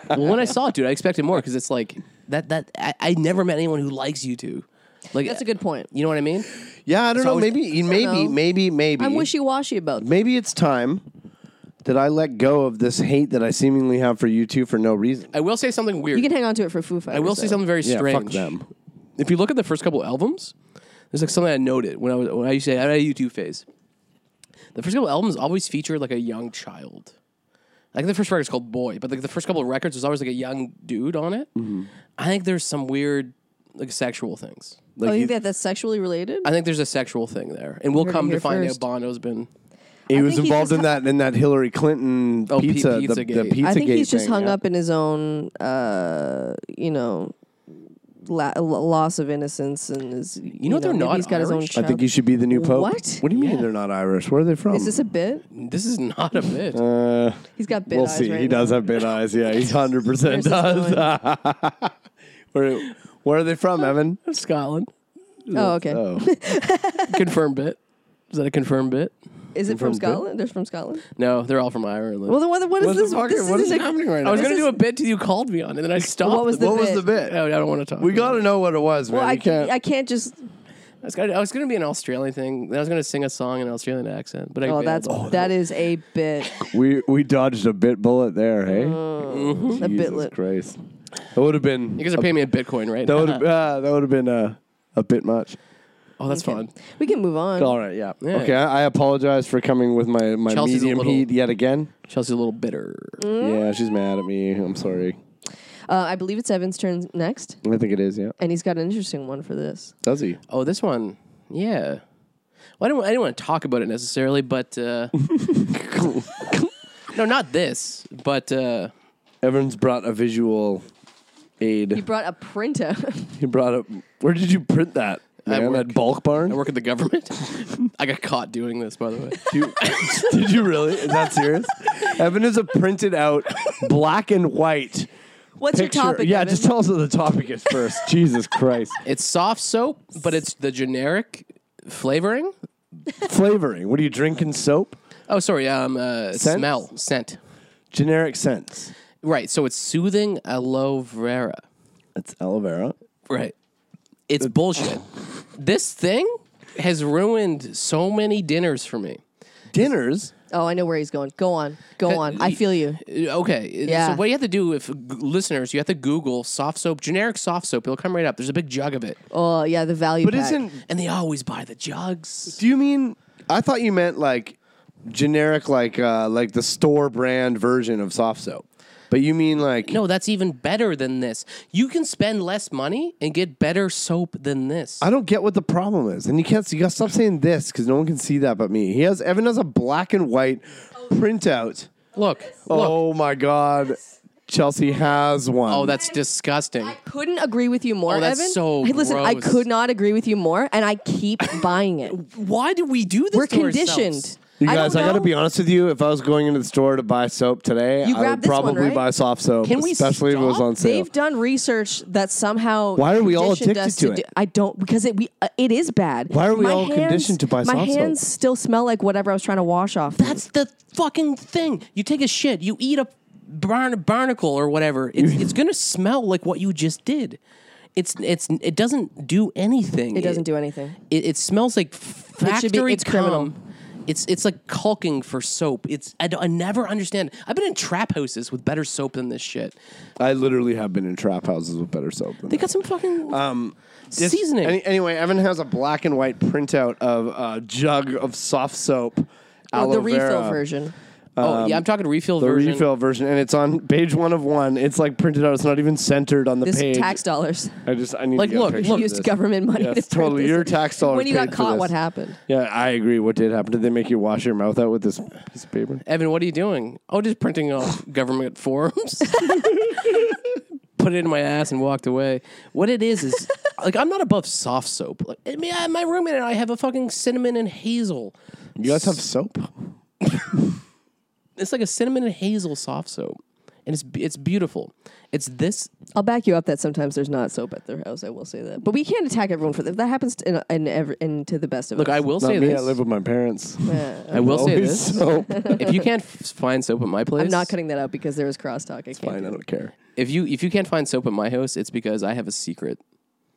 Speaker 6: Well, when I saw it, dude, I expected more because it's like that. That I, I never met anyone who likes you two. Like
Speaker 5: That's a
Speaker 4: [laughs]
Speaker 5: good point.
Speaker 6: You know what I mean?
Speaker 4: Yeah, I don't know.
Speaker 6: always-
Speaker 4: Maybe, maybe,
Speaker 5: know.
Speaker 4: maybe, maybe.
Speaker 5: I'm wishy washy about that.
Speaker 4: maybe it's time that I let go of this hate that I seemingly have for you two for no reason.
Speaker 6: I will say something weird.
Speaker 5: You can hang on to it for Foo Fighters.
Speaker 6: I will say
Speaker 5: though.
Speaker 6: something very
Speaker 4: Yeah,
Speaker 6: strange.
Speaker 4: fuck them.
Speaker 6: If you look at the first couple albums, there's like something I noted when I was when I used to I had a YouTube phase. The first couple albums always feature like a young child. Like the first record's called Boy, but like the first couple of records there's always like a young dude on it.
Speaker 4: Mm-hmm.
Speaker 6: I think there's some weird like sexual things.
Speaker 5: Oh,
Speaker 4: Like
Speaker 5: you
Speaker 4: he,
Speaker 5: think that that's sexually related?
Speaker 6: I think there's a sexual thing there, and we'll
Speaker 5: Heard it
Speaker 6: come to
Speaker 5: here
Speaker 6: find
Speaker 5: first.
Speaker 6: out Bono's been.
Speaker 4: he
Speaker 5: I
Speaker 4: was
Speaker 5: think he's
Speaker 4: involved
Speaker 5: just
Speaker 4: in that in that Hillary Clinton
Speaker 6: Oh, P-
Speaker 4: pizza, the,
Speaker 6: Pizzagate.
Speaker 4: the
Speaker 6: I
Speaker 4: pizza
Speaker 5: I think
Speaker 4: gate
Speaker 5: he's just
Speaker 4: thing,
Speaker 5: hung
Speaker 4: yeah.
Speaker 5: up in his own, uh, you know, la- l- loss of innocence and his. You,
Speaker 6: know they're
Speaker 5: maybe
Speaker 6: not
Speaker 5: He's got his own.
Speaker 6: Irish?
Speaker 4: I think he should be the new pope.
Speaker 5: What?
Speaker 4: What do you mean they're not Irish? Where are they from?
Speaker 5: Is this a bit?
Speaker 6: This is not a bit.
Speaker 4: Uh,
Speaker 5: He's got bit
Speaker 4: we'll
Speaker 5: eyes
Speaker 4: see.
Speaker 5: right
Speaker 4: he
Speaker 5: now.
Speaker 4: does have big eyes. Yeah,
Speaker 5: [laughs]
Speaker 4: he's hundred percent
Speaker 5: Where's
Speaker 4: [laughs]
Speaker 5: this
Speaker 4: does. where, where are they from, Evan?
Speaker 6: Scotland
Speaker 5: Oh, okay.
Speaker 4: Oh,
Speaker 6: confirmed bit. Is that a confirmed bit?
Speaker 5: is it from
Speaker 4: from bit?
Speaker 5: Scotland? They're from Scotland.
Speaker 6: No, they're all from Ireland.
Speaker 5: Well, then what, what is
Speaker 4: What the
Speaker 5: this?
Speaker 4: fuck-
Speaker 5: this
Speaker 4: what is
Speaker 5: like-
Speaker 4: happening right
Speaker 6: I was
Speaker 4: now?
Speaker 6: gonna
Speaker 5: This
Speaker 6: do
Speaker 5: is-
Speaker 6: a bit till you called me on it, and then I stopped. Oh,
Speaker 5: What was the
Speaker 4: what was
Speaker 5: bit?
Speaker 4: the bit?
Speaker 6: I don't want to talk.
Speaker 4: We
Speaker 6: about
Speaker 4: got to know what it was, man.
Speaker 5: Well, I
Speaker 4: you can't.
Speaker 5: can't. I can't just.
Speaker 6: it. I was, gonna, I was gonna be an Australian thing. Then I was gonna sing a song in an Australian accent, but I
Speaker 5: Oh,
Speaker 6: failed.
Speaker 5: that's that is a
Speaker 4: [laughs]
Speaker 5: bit.
Speaker 4: we we dodged a bit bullet there, hey?
Speaker 5: A
Speaker 4: Jesus
Speaker 5: bitlet.
Speaker 4: Christ, that would have been
Speaker 6: you guys are paying me in Bitcoin,
Speaker 4: [laughs]
Speaker 6: right?
Speaker 4: that would [laughs] have uh, that would have been a a bit much.
Speaker 6: oh, that's
Speaker 5: Okay.
Speaker 6: fun.
Speaker 5: We can move on.
Speaker 4: All right, yeah.
Speaker 6: Yeah.
Speaker 4: Okay, I, I apologize for coming with my my
Speaker 6: Chelsea's a
Speaker 4: medium
Speaker 6: little-
Speaker 4: heat yet again.
Speaker 6: Chelsea's a little bitter.
Speaker 4: Yeah, she's mad at me. I'm sorry.
Speaker 5: Uh, I believe it's Evan's turn next,
Speaker 4: I think it is. Yeah,
Speaker 5: and he's got an interesting one for this.
Speaker 4: does he?
Speaker 6: Oh, this one, yeah. Well, I don't. I didn't want to talk about it necessarily, but
Speaker 4: [laughs]
Speaker 6: uh, no, not this. But uh,
Speaker 4: Evans brought a visual
Speaker 5: He
Speaker 4: aid.
Speaker 5: brought a printout.
Speaker 4: He brought up. Where did you print that?
Speaker 6: At
Speaker 4: Man,
Speaker 6: work.
Speaker 4: at Bulk Barn.
Speaker 6: I work at the government. I got caught doing this, by the way.
Speaker 4: You- [laughs] did you really? Is that serious? Evan is a printed out black and white
Speaker 5: [laughs] What's
Speaker 4: picture.
Speaker 5: your topic?
Speaker 4: yeah,
Speaker 5: Evan?
Speaker 4: just tell us what the topic is first. [laughs] Jesus Christ.
Speaker 6: It's soft soap, but it's the generic flavoring.
Speaker 4: Flavoring. What are you drinking? Soap?
Speaker 6: Oh, sorry. Um, uh,
Speaker 4: Scent?
Speaker 6: smell, scent.
Speaker 4: Generic scents.
Speaker 6: Right. So it's soothing aloe vera.
Speaker 4: That's aloe vera.
Speaker 6: Right. It's bullshit. this thing has ruined so many dinners for me.
Speaker 4: Dinners.
Speaker 5: Oh, I know where he's going. Go on. Go
Speaker 6: Uh,
Speaker 5: on. I feel you.
Speaker 6: Okay.
Speaker 5: Yeah.
Speaker 6: So what you have to do if g- listeners, you have to Google soft soap, generic soft soap. It'll come right up. There's a big jug of it,
Speaker 5: Oh, yeah, the value.
Speaker 4: But
Speaker 5: pack.
Speaker 4: isn't
Speaker 6: and they always buy the jugs.
Speaker 4: do you mean I thought you meant like generic like uh like the store brand version of soft soap. But you mean like
Speaker 6: No, that's even better than this. You can spend less money and get better soap than this.
Speaker 4: I don't get what the problem is, and you can't. You gotta stop saying this because no one can see that but me. He has Evan has a black and white
Speaker 5: Oh.
Speaker 4: printout.
Speaker 6: Look, look.
Speaker 4: Oh my god, Chelsea has one.
Speaker 6: Oh, that's disgusting.
Speaker 5: Couldn't agree with you more,
Speaker 6: Oh, that's
Speaker 5: Evan.
Speaker 6: so
Speaker 5: Hey, listen, I
Speaker 6: gross.
Speaker 5: could not agree with you more, and I keep
Speaker 4: [laughs]
Speaker 5: buying it.
Speaker 6: Why do we do this?
Speaker 5: We're
Speaker 6: to
Speaker 5: conditioned.
Speaker 6: ourselves?
Speaker 4: You
Speaker 5: I
Speaker 4: guys,
Speaker 5: don't
Speaker 4: I, gotta
Speaker 5: know.
Speaker 4: be honest with you. If I was going into the store to buy soap today,
Speaker 5: You
Speaker 4: I
Speaker 5: grabbed
Speaker 4: would
Speaker 5: this one,
Speaker 4: probably
Speaker 5: right?
Speaker 4: buy soft soap,
Speaker 6: Can we
Speaker 4: especially if it was
Speaker 6: stop?
Speaker 4: on sale.
Speaker 5: They've done research that somehow.
Speaker 4: Why are we all
Speaker 5: conditioned
Speaker 4: addicted
Speaker 5: us
Speaker 4: to it?
Speaker 5: do- I don't because it we uh, it is bad.
Speaker 4: Why are we
Speaker 5: My
Speaker 4: all
Speaker 5: hands-
Speaker 4: conditioned to buy
Speaker 5: My
Speaker 4: soft soap?
Speaker 5: hands still smell like whatever I was trying to wash off.
Speaker 6: That's the fucking thing. You take a shit, you eat a barn- barnacle or whatever. It's, it's gonna smell like what you just did. It's it's it doesn't do anything.
Speaker 5: it doesn't do anything.
Speaker 6: It, it smells like
Speaker 5: should be-
Speaker 6: factory
Speaker 5: it's criminal.
Speaker 6: cum. It's it's like caulking for soap. It's I, don't- I never understand. I've been in trap houses with better soap than this shit.
Speaker 4: I literally have been in trap houses with better soap. Than
Speaker 6: They got some fucking
Speaker 4: Um, Yes.
Speaker 6: seasoning.
Speaker 4: Any- anyway, Evan has a black and white printout of a jug of soft soap.
Speaker 5: Or
Speaker 4: Aloe
Speaker 5: Oh, the refill
Speaker 4: vera,
Speaker 5: version.
Speaker 6: oh yeah, I'm talking refill
Speaker 4: um, The
Speaker 6: version.
Speaker 4: refill version, and it's on page one of one. It's like printed out. It's not even centered on the
Speaker 5: This
Speaker 4: page.
Speaker 5: tax dollars.
Speaker 4: I just I need
Speaker 6: Like,
Speaker 4: to get a
Speaker 6: look,
Speaker 4: picture
Speaker 6: look.
Speaker 4: of
Speaker 5: Used
Speaker 4: this.
Speaker 5: government money
Speaker 4: Yes,
Speaker 5: to print
Speaker 4: totally.
Speaker 5: this.
Speaker 4: Your tax dollars.
Speaker 5: When you
Speaker 4: paid
Speaker 5: got
Speaker 4: for
Speaker 5: caught,
Speaker 4: this.
Speaker 5: what happened?
Speaker 4: Yeah, I agree. What did happen? Did they make you wash your mouth out with this piece of paper?
Speaker 6: Evan, what are you doing? Oh, just
Speaker 4: [laughs]
Speaker 6: printing off government forms. Put it in my ass and walked away. What it
Speaker 4: [laughs]
Speaker 6: is is like I'm not above soft soap. Like, I mean, I, my roommate and I have a fucking cinnamon and hazel.
Speaker 4: You guys have soap.
Speaker 6: It's like a cinnamon and hazel soft soap, and it's be- it's beautiful. It's this.
Speaker 5: I'll back you up that sometimes there's not soap at their house. I will say that, but we can't attack everyone for that. That happens to, in, in every, in to the best of
Speaker 6: Look,
Speaker 5: us.
Speaker 6: I will
Speaker 4: Not
Speaker 6: say
Speaker 4: me.
Speaker 6: this.
Speaker 4: I live with my parents.
Speaker 5: Yeah.
Speaker 6: I
Speaker 4: [laughs]
Speaker 6: will say
Speaker 4: Always
Speaker 6: this.
Speaker 4: soap.
Speaker 6: if you can't f- find soap at my place,
Speaker 5: I'm not cutting that out because there was crosstalk. I can't.
Speaker 4: Fine,
Speaker 5: do
Speaker 4: I
Speaker 5: it.
Speaker 4: don't care.
Speaker 6: If you if you can't find soap at my house, it's because I have a secret.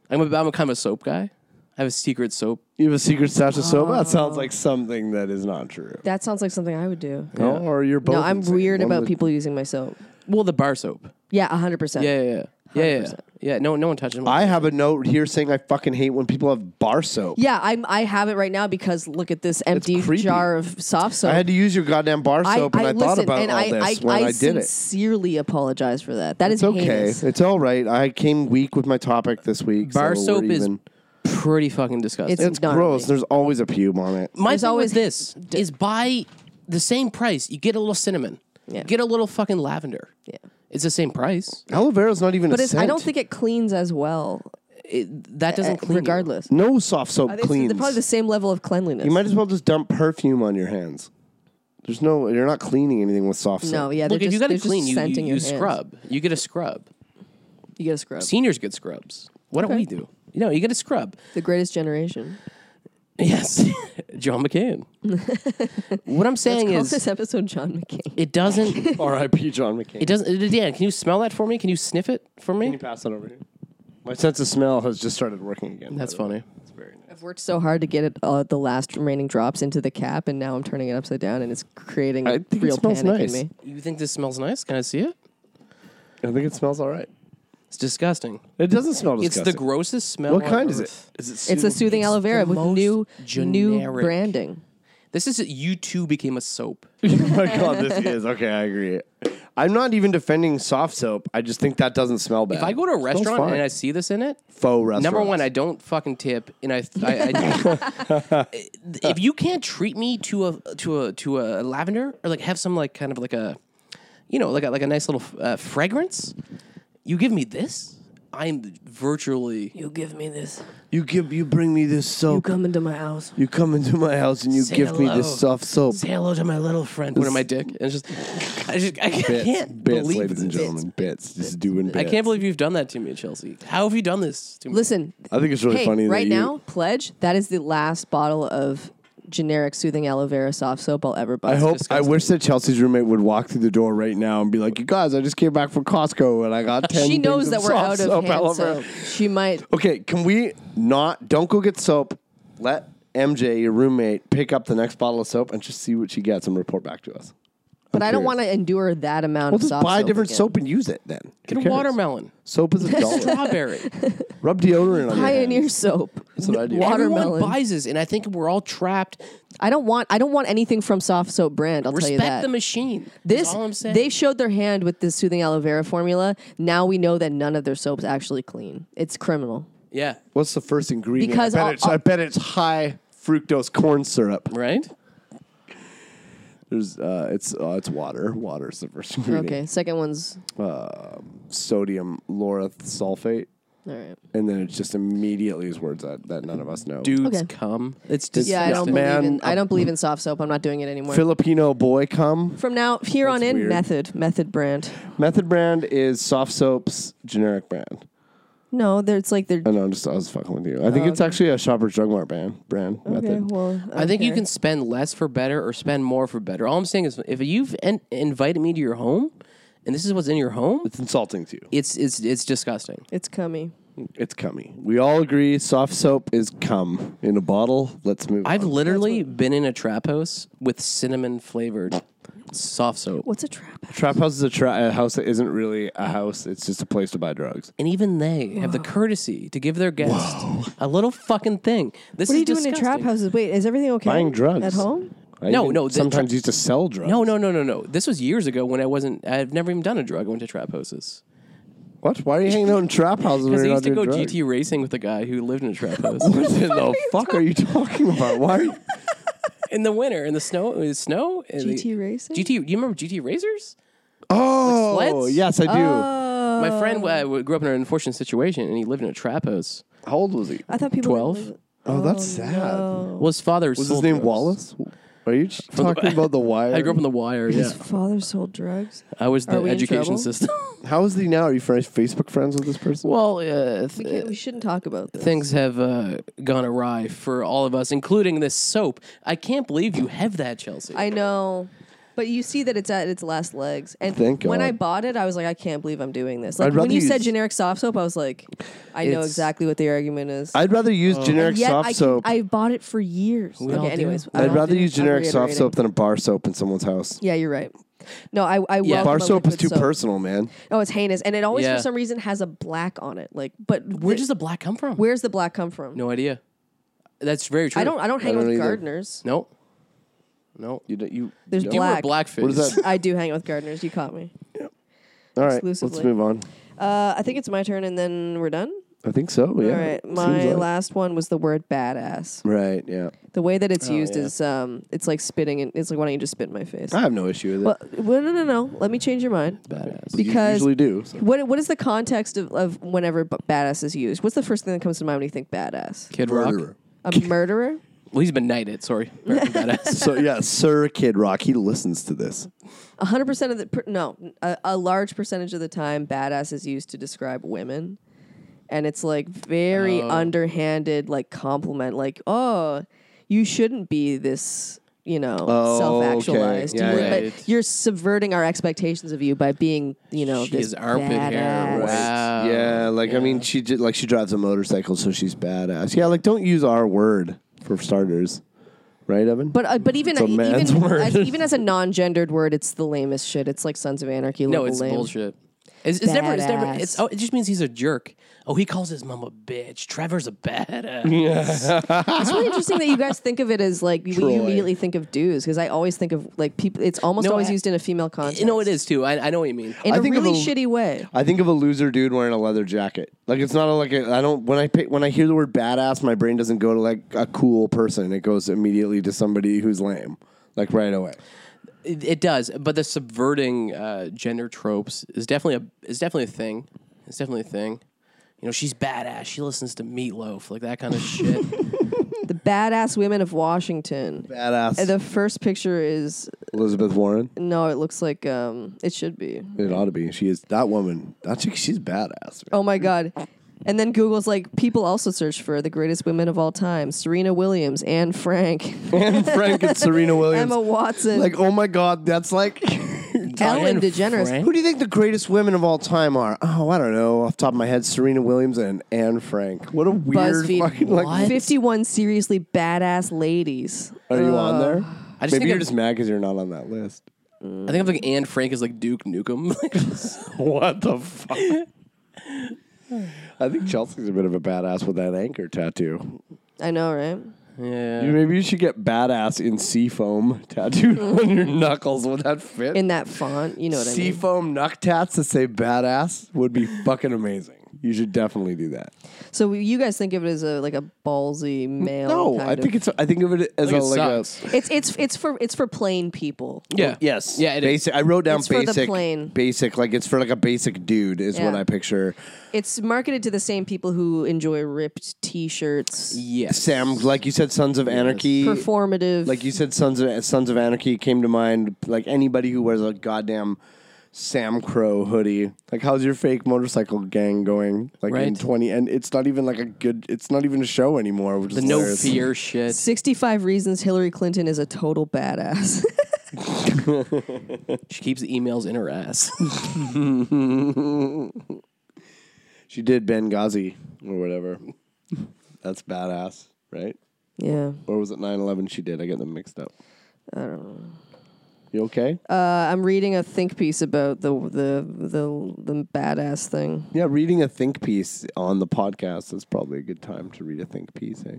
Speaker 6: I'm a, I'm a kind of a soap guy. I have a secret soap.
Speaker 4: You have a secret stash of soap. That sounds like something that is not true.
Speaker 5: That sounds like something I would do.
Speaker 4: No, or you're both.
Speaker 5: No, I'm
Speaker 4: insane.
Speaker 5: weird
Speaker 4: One
Speaker 5: about
Speaker 4: was-
Speaker 5: people using my soap.
Speaker 6: Well, the bar soap.
Speaker 5: Yeah, 100%.
Speaker 6: Yeah, yeah, yeah, yeah, yeah.
Speaker 5: 100%.
Speaker 6: yeah. No, no one touches
Speaker 4: I
Speaker 6: mine.
Speaker 4: have a note here saying I fucking hate when people have bar soap.
Speaker 5: Yeah, I'm, I have it right now because look at this empty
Speaker 4: creepy.
Speaker 5: jar of soft soap.
Speaker 4: I had to use your goddamn bar soap, and I, thought
Speaker 5: listen,
Speaker 4: about
Speaker 5: and
Speaker 4: all
Speaker 5: I,
Speaker 4: this
Speaker 5: I,
Speaker 4: when I, did it.
Speaker 5: sincerely apologize for that. That is
Speaker 4: It's okay.
Speaker 5: heinous.
Speaker 4: It's all right. I came weak with my topic this week.
Speaker 6: Bar
Speaker 4: so
Speaker 6: soap
Speaker 4: we're
Speaker 6: is
Speaker 4: even-
Speaker 6: pretty fucking disgusting.
Speaker 5: It's-
Speaker 4: it's
Speaker 5: gnarly.
Speaker 4: gross. There's always a pube on it.
Speaker 6: My
Speaker 5: There's
Speaker 6: thing
Speaker 5: always-
Speaker 6: with this is buy the same price. You get a little cinnamon.
Speaker 5: Yeah.
Speaker 6: Get a little fucking lavender. Yeah. It's the same price.
Speaker 4: Aloe vera's not even
Speaker 5: But
Speaker 4: a
Speaker 5: it's,
Speaker 4: scent.
Speaker 5: I don't think it cleans as well,
Speaker 6: That doesn't
Speaker 5: eh,
Speaker 6: clean. you.
Speaker 5: regardless.
Speaker 4: no soft soap
Speaker 5: Are they-
Speaker 4: cleans.
Speaker 5: They're probably the same level of cleanliness.
Speaker 4: you might as well just dump perfume on your hands. There's no. You're not cleaning anything with soft soap.
Speaker 5: no, yeah.
Speaker 6: Look,
Speaker 5: they're
Speaker 6: if
Speaker 5: just,
Speaker 6: you got
Speaker 5: they're
Speaker 6: to
Speaker 5: just
Speaker 6: clean, you,
Speaker 5: scenting
Speaker 6: you, you
Speaker 5: your hands.
Speaker 6: scrub. You get a scrub.
Speaker 5: You get a scrub.
Speaker 6: Seniors get scrubs. Why don't we do? You know, you get a scrub. [laughs]
Speaker 5: The greatest generation.
Speaker 6: Yes, John
Speaker 5: [laughs]
Speaker 6: McCain. what I'm saying
Speaker 5: Call
Speaker 6: is,
Speaker 5: this episode John McCain. [laughs]
Speaker 6: it doesn't.
Speaker 4: R.I.P. John McCain.
Speaker 6: It doesn't. Dan, can you smell that for me? Can you sniff it for me?
Speaker 4: pass that over here. My sense of smell has just started working again.
Speaker 6: That's funny.
Speaker 5: I've worked so hard to get it, uh, the last remaining drops into the cap, and now I'm turning it upside down, and it's creating
Speaker 4: I think it
Speaker 5: real
Speaker 4: smells
Speaker 5: panic
Speaker 4: nice.
Speaker 5: in me.
Speaker 6: You think this smells nice? Can I see it?
Speaker 4: I think it smells all right.
Speaker 6: It's disgusting.
Speaker 4: It doesn't smell disgusting.
Speaker 6: It's the grossest smell.
Speaker 4: What
Speaker 6: on
Speaker 4: kind is it?
Speaker 6: earth.
Speaker 4: Is it
Speaker 5: It's a soothing aloe vera
Speaker 6: the
Speaker 5: with
Speaker 6: most
Speaker 5: new new
Speaker 6: generic.
Speaker 5: branding.
Speaker 6: This is you two became a soap.
Speaker 4: [laughs] oh my god, this is okay. I agree. I'm not even defending soft soap. I just think that doesn't smell bad.
Speaker 6: If I go to a
Speaker 4: It smells
Speaker 6: restaurant
Speaker 4: fine.
Speaker 6: and I see this in it,
Speaker 4: faux restaurant,
Speaker 6: number one, I don't fucking tip, and I, I, [laughs] I- if you can't treat me to a to a to a lavender or like have some like kind of like a, you know, like a, like a nice little uh, fragrance, you give me this. I'm virtually
Speaker 5: You give me this.
Speaker 4: you give you bring me this soap. You come,
Speaker 5: into my house.
Speaker 4: into my house and you
Speaker 6: Say
Speaker 4: give me
Speaker 6: hello.
Speaker 4: this soft soap.
Speaker 6: say hello to my little friend. What am I, dick? And it's just, I just, I can't
Speaker 4: bits,
Speaker 6: believe
Speaker 4: ladies and
Speaker 6: this.
Speaker 4: gentlemen, bits. Just doing bits.
Speaker 6: I can't believe you've done that to me, Chelsea. How have you done this to me?
Speaker 5: Listen,
Speaker 4: I think it's really
Speaker 5: hey,
Speaker 4: funny.
Speaker 5: right
Speaker 4: that you,
Speaker 5: now, pledge. That is the last bottle of
Speaker 4: I hope. I
Speaker 6: disgusting.
Speaker 4: wish that Chelsea's roommate would walk through the door right now and be like, "You guys, I just came back from Costco and I got ten."
Speaker 5: [laughs] She knows
Speaker 4: things
Speaker 5: that
Speaker 4: of
Speaker 5: we're
Speaker 4: soft
Speaker 5: out
Speaker 4: soap,
Speaker 5: of
Speaker 4: aloe
Speaker 5: hand
Speaker 4: vera."
Speaker 5: soap. She might.
Speaker 4: Okay, can we not? Don't go get soap. Let MJ, your roommate, pick up the next bottle of soap and just see what she gets and report back to us.
Speaker 5: But I don't
Speaker 4: curious.
Speaker 5: want to endure that amount
Speaker 4: We'll
Speaker 5: of
Speaker 4: just
Speaker 5: soft
Speaker 4: buy
Speaker 5: soap
Speaker 4: different
Speaker 5: again.
Speaker 4: soap and use it then. Who
Speaker 6: Get a
Speaker 4: cares?
Speaker 5: [laughs]
Speaker 6: watermelon,
Speaker 4: Soap is a dollar.
Speaker 6: strawberry.
Speaker 4: Rub deodorant on your
Speaker 5: Pioneer
Speaker 4: hands.
Speaker 5: soap.
Speaker 4: That's what I do.
Speaker 6: Everyone
Speaker 5: Watermelon.
Speaker 6: buys this, and I think we're all trapped.
Speaker 5: I don't want. I don't want anything from soft soap brand. I'll tell you
Speaker 6: Respect
Speaker 5: that.
Speaker 6: the machine. is
Speaker 5: this
Speaker 6: all I'm saying.
Speaker 5: they showed their hand with this soothing aloe vera formula. Now we know that none of their soaps actually clean. It's criminal.
Speaker 6: yeah,
Speaker 4: What's the first ingredient?
Speaker 5: Because
Speaker 4: I bet,
Speaker 5: I'll-
Speaker 4: it's, I bet it's high fructose corn syrup.
Speaker 6: right.
Speaker 4: There's, uh, it's, uh, it's water. Water's the first ingredient.
Speaker 5: Okay, second one's
Speaker 4: Sodium laureth sulfate,
Speaker 5: all right.
Speaker 4: and then it just immediately is words that, that none of us know.
Speaker 6: Dudes
Speaker 5: Okay.
Speaker 6: come. It's
Speaker 5: Yeah, I don't
Speaker 6: disgusting.
Speaker 5: believe
Speaker 4: Man,
Speaker 5: in. I
Speaker 4: uh,
Speaker 5: don't believe in soft soap. I'm not doing it anymore.
Speaker 4: Filipino boy cum.
Speaker 5: From now here on in,
Speaker 4: weird.
Speaker 5: method method brand.
Speaker 4: Method brand is soft soap's generic brand.
Speaker 5: No, there- it's like they're.
Speaker 4: I know, I'm just I was fucking with you. I think it's actually a Shoppers Drug Mart brand. Brand
Speaker 5: Okay,
Speaker 4: method.
Speaker 5: well,
Speaker 6: I think you
Speaker 5: okay.
Speaker 6: can spend less for better or spend more for better. All I'm saying is, if you've en- invited me to your home, and this is what's in your home,
Speaker 4: It's insulting to you.
Speaker 6: it's it's it's disgusting.
Speaker 5: It's cummy.
Speaker 4: It's cummy. We all agree soft soap is cum in a bottle. Let's move.
Speaker 6: I've
Speaker 4: on.
Speaker 6: literally been in a trap house with cinnamon flavored soft soap,
Speaker 5: What's a trap?
Speaker 4: trap house is a, tra- a house that isn't really a house. It's just a place to buy drugs.
Speaker 6: and even they have the courtesy to give their guest a little fucking thing. This
Speaker 5: What are
Speaker 6: is
Speaker 5: you doing in trap
Speaker 6: disgusting.
Speaker 5: houses? Wait, is everything okay?
Speaker 4: Buying drugs
Speaker 5: at home?
Speaker 4: I
Speaker 6: No,
Speaker 4: even
Speaker 6: no, the
Speaker 4: Sometimes
Speaker 6: tra-
Speaker 4: used to sell drugs.
Speaker 6: No, no, no, no, no. This was years ago when I wasn't. I've never even done a drug. I went to trap houses
Speaker 4: What? Why are you hanging out in trap houses? when
Speaker 6: because I
Speaker 4: you're
Speaker 6: used to
Speaker 4: not
Speaker 6: go
Speaker 4: doing drugs?
Speaker 6: GT racing with a guy who lived in
Speaker 5: [laughs]
Speaker 6: a trap house
Speaker 4: What the fuck are you talking about? Why
Speaker 6: [laughs]
Speaker 4: are you?
Speaker 6: in the winter in the snow. It was snow. and the-
Speaker 5: GT E racing?
Speaker 6: GT. You remember GT racers?
Speaker 4: Oh,
Speaker 6: sleds?
Speaker 4: yes, I do.
Speaker 6: My
Speaker 5: Oh.
Speaker 6: friend uh, w- grew up in an unfortunate situation, and he lived in a trap house.
Speaker 4: How old was he?
Speaker 5: I thought people. didn't
Speaker 6: 12?
Speaker 5: live-
Speaker 4: Oh, that's sad.
Speaker 5: no.
Speaker 6: Well, his father
Speaker 4: Was his
Speaker 6: sold
Speaker 4: name
Speaker 6: drugs.
Speaker 4: Wallace? Are you just talking about the wire?
Speaker 6: [laughs] I grew up in the wire. Yeah,
Speaker 5: His father sold drugs.
Speaker 6: I was
Speaker 5: Are
Speaker 6: the
Speaker 5: we in
Speaker 6: education
Speaker 5: trouble? [laughs]
Speaker 6: system.
Speaker 4: How is he now? Are you friends, Facebook friends with this person?
Speaker 6: well, uh, th-
Speaker 5: We, can't, we shouldn't talk about this.
Speaker 6: things have uh, gone awry for all of us, including this soap. I can't believe you have that, Chelsea.
Speaker 5: I know. But you see that it's at its last legs. And
Speaker 4: Thank
Speaker 5: when
Speaker 4: God.
Speaker 5: I bought it, I was like, I can't believe I'm doing this. Like
Speaker 4: I'd rather
Speaker 5: when you said
Speaker 4: use-
Speaker 5: generic soft soap, I was like, I know
Speaker 4: It's-
Speaker 5: exactly what the argument is.
Speaker 4: I'd rather use
Speaker 6: Oh.
Speaker 4: generic
Speaker 5: And yet
Speaker 4: soft
Speaker 5: I, can-
Speaker 4: soap.
Speaker 5: I bought it for years.
Speaker 6: all
Speaker 5: okay,
Speaker 6: do.
Speaker 5: anyways. I
Speaker 4: I'd
Speaker 5: don't
Speaker 4: rather
Speaker 5: do-
Speaker 4: use
Speaker 5: I'm
Speaker 4: generic soft
Speaker 5: reiterating.
Speaker 4: soap than a bar soap in someone's house.
Speaker 5: Yeah, you're right. No, I, I
Speaker 6: Yeah.
Speaker 5: welcome
Speaker 4: Bar
Speaker 5: a
Speaker 4: soap is
Speaker 5: liquid
Speaker 4: too personal, man.
Speaker 5: Oh, it's heinous, and it always
Speaker 6: Yeah.
Speaker 5: for some reason has a black on it. Like, but
Speaker 6: Where
Speaker 5: th-
Speaker 6: does the black come from?
Speaker 5: where's the black come from?
Speaker 6: No idea. That's very true.
Speaker 5: I don't. I don't hang
Speaker 4: don't
Speaker 5: with
Speaker 4: either.
Speaker 5: gardeners.
Speaker 6: No. No.
Speaker 4: You, don't- you,
Speaker 5: There's
Speaker 6: You were
Speaker 5: black.
Speaker 6: blackface.
Speaker 4: What is that?
Speaker 5: I do hang with gardeners. You caught me.
Speaker 4: all right, let's
Speaker 5: Exclusively.
Speaker 4: move on.
Speaker 5: Uh, I think it's my turn, and then we're done.
Speaker 4: I think so. Yeah.
Speaker 5: All right.
Speaker 4: Seems
Speaker 5: My
Speaker 4: like-
Speaker 5: last one was the word badass.
Speaker 4: Right. Yeah.
Speaker 5: The way that it's
Speaker 4: Oh,
Speaker 5: used is um, it's like spitting, and it's like why don't you just spit in my face?
Speaker 4: I have no issue with it.
Speaker 5: well, well, no, no, no. Let me change your mind.
Speaker 4: Badass.
Speaker 5: because-
Speaker 4: you usually do. so.
Speaker 5: What What is the context of, of whenever b- badass is used? What's the first thing that comes to mind when you think badass?
Speaker 6: Kid Rock.
Speaker 4: Murderer.
Speaker 5: A murderer?
Speaker 6: Well, he's been
Speaker 5: [laughs]
Speaker 6: knighted. Sorry. American
Speaker 4: [laughs]
Speaker 6: badass.
Speaker 4: So yeah, Sir Kid Rock. He listens to this.
Speaker 5: A hundred percent of the per, no, a, a large percentage of the time, badass is used to describe women, and it's like
Speaker 6: Oh.
Speaker 5: very underhanded, like compliment, like oh, you shouldn't be this. You know,
Speaker 4: okay.
Speaker 5: self-actualized.
Speaker 4: Yeah,
Speaker 5: you're,
Speaker 4: yeah,
Speaker 5: but
Speaker 6: Oh, yeah.
Speaker 5: you're subverting our expectations of you by being, you know,
Speaker 6: She
Speaker 5: this
Speaker 6: has armpit hair.
Speaker 5: badass.
Speaker 6: Wow.
Speaker 4: Yeah, like I mean, she did, like she drives a motorcycle, so she's badass. Yeah, like don't use our word for starters, right, Evan?
Speaker 5: But uh, but even
Speaker 4: It's a man's
Speaker 5: even
Speaker 4: word.
Speaker 5: as, even as a non-gendered word, it's the lamest shit. It's like Sons of Anarchy.
Speaker 6: No,
Speaker 5: level
Speaker 6: it's
Speaker 5: lame.
Speaker 6: bullshit. It's, it's never. It's never. It's,
Speaker 5: Badass.
Speaker 6: oh, it just means he's a jerk. Oh, he calls his mom a bitch. Trevor's
Speaker 4: [laughs]
Speaker 6: a badass.
Speaker 5: It's really interesting that you guys think of it as like what you immediately think of dudes because I always think of like people. It's almost
Speaker 6: No,
Speaker 5: always
Speaker 6: I-
Speaker 5: used in a female context.
Speaker 6: you know it is too. I, I know what you mean.
Speaker 5: in
Speaker 4: I
Speaker 5: a
Speaker 4: think of
Speaker 5: really
Speaker 4: a-
Speaker 5: shitty way.
Speaker 4: I think of a loser dude wearing a leather jacket. Like it's not a, like a, I don't when I pick, when I hear the word badass, my brain doesn't go to like a cool person. It goes immediately to somebody who's lame, like right away.
Speaker 6: It, it does, but the subverting uh, gender tropes is definitely a is definitely a thing. It's definitely a thing. You know, she's badass. She listens to Meatloaf, like that kind of shit.
Speaker 5: The badass women of Washington.
Speaker 4: Badass
Speaker 5: And the first picture is
Speaker 4: Elizabeth Warren.
Speaker 5: no. It looks like um. It should be.
Speaker 4: It ought to be. She is that woman. That chick, she's badass. man.
Speaker 5: Oh my god. And then Google's like, people also search for the greatest women of all time Serena Williams, Anne Frank,
Speaker 4: and Frank and Serena Williams.
Speaker 5: Emma Watson,
Speaker 4: like, oh my God, that's like.
Speaker 5: Ellen
Speaker 6: Diane
Speaker 5: DeGeneres.
Speaker 6: Frank?
Speaker 4: Who do you think the greatest women of all time are? Oh, I don't know. Off the top of my head, Serena Williams and Anne Frank. What a [laughs] weird
Speaker 5: BuzzFeed.
Speaker 4: fucking like.
Speaker 6: What?
Speaker 5: 51 seriously badass ladies.
Speaker 4: Are you on there?
Speaker 6: I just
Speaker 4: Maybe
Speaker 6: think
Speaker 4: you're
Speaker 6: I'm-
Speaker 4: just mad because you're not on that list.
Speaker 6: I think I'm like Anne Frank is like Duke Nukem. [laughs]
Speaker 4: [laughs] What the fuck? I think Chelsea's a bit of a badass with that anchor tattoo.
Speaker 5: I know, right?
Speaker 6: yeah.
Speaker 4: Maybe you should get badass in seafoam tattooed [laughs] on your knuckles. Would that fit?
Speaker 5: In that font, you know what I mean.
Speaker 4: seafoam knuck tats that say badass would be fucking amazing. You should definitely do that.
Speaker 5: So you guys think of it as a like a ballsy male?
Speaker 4: No,
Speaker 5: kind
Speaker 4: I
Speaker 5: of-
Speaker 4: think it's. I think of it as
Speaker 6: Like
Speaker 4: a
Speaker 6: it
Speaker 4: like
Speaker 6: sucks.
Speaker 5: it's it's it's for it's for plain people.
Speaker 6: Yeah.
Speaker 4: a yes.
Speaker 6: Yeah, it is.
Speaker 4: basic. I wrote down
Speaker 5: It's for the
Speaker 4: basic.
Speaker 5: plain.
Speaker 4: Basic, like it's for like a basic dude is what
Speaker 5: Yeah.
Speaker 4: I picture.
Speaker 5: It's marketed to the same people who enjoy ripped T-shirts,
Speaker 6: Yes.
Speaker 4: Sam, like you said, Sons of Anarchy.
Speaker 5: performative.
Speaker 4: Like you said, Sons of Sons of Anarchy came to mind. Like anybody who wears a goddamn Sam Crow hoodie. Like, how's your fake motorcycle gang going? Like in
Speaker 6: Right.
Speaker 4: twenty, and it's not even like a good. It's not even a show anymore. Which
Speaker 6: The
Speaker 4: is
Speaker 6: no
Speaker 4: hilarious.
Speaker 6: fear shit.
Speaker 5: sixty-five reasons Hillary Clinton is a total badass. [laughs]
Speaker 6: She keeps the emails in
Speaker 4: [laughs]
Speaker 6: her ass. [laughs]
Speaker 4: She did Benghazi or whatever. [laughs] That's badass, right?
Speaker 5: yeah,
Speaker 4: Or was it 9-11 she did? I get them mixed up. I don't know. You okay?
Speaker 5: I'm reading a think piece about the the the the badass thing.
Speaker 4: yeah, reading a think piece on the podcast is probably a good time to read a think piece, eh?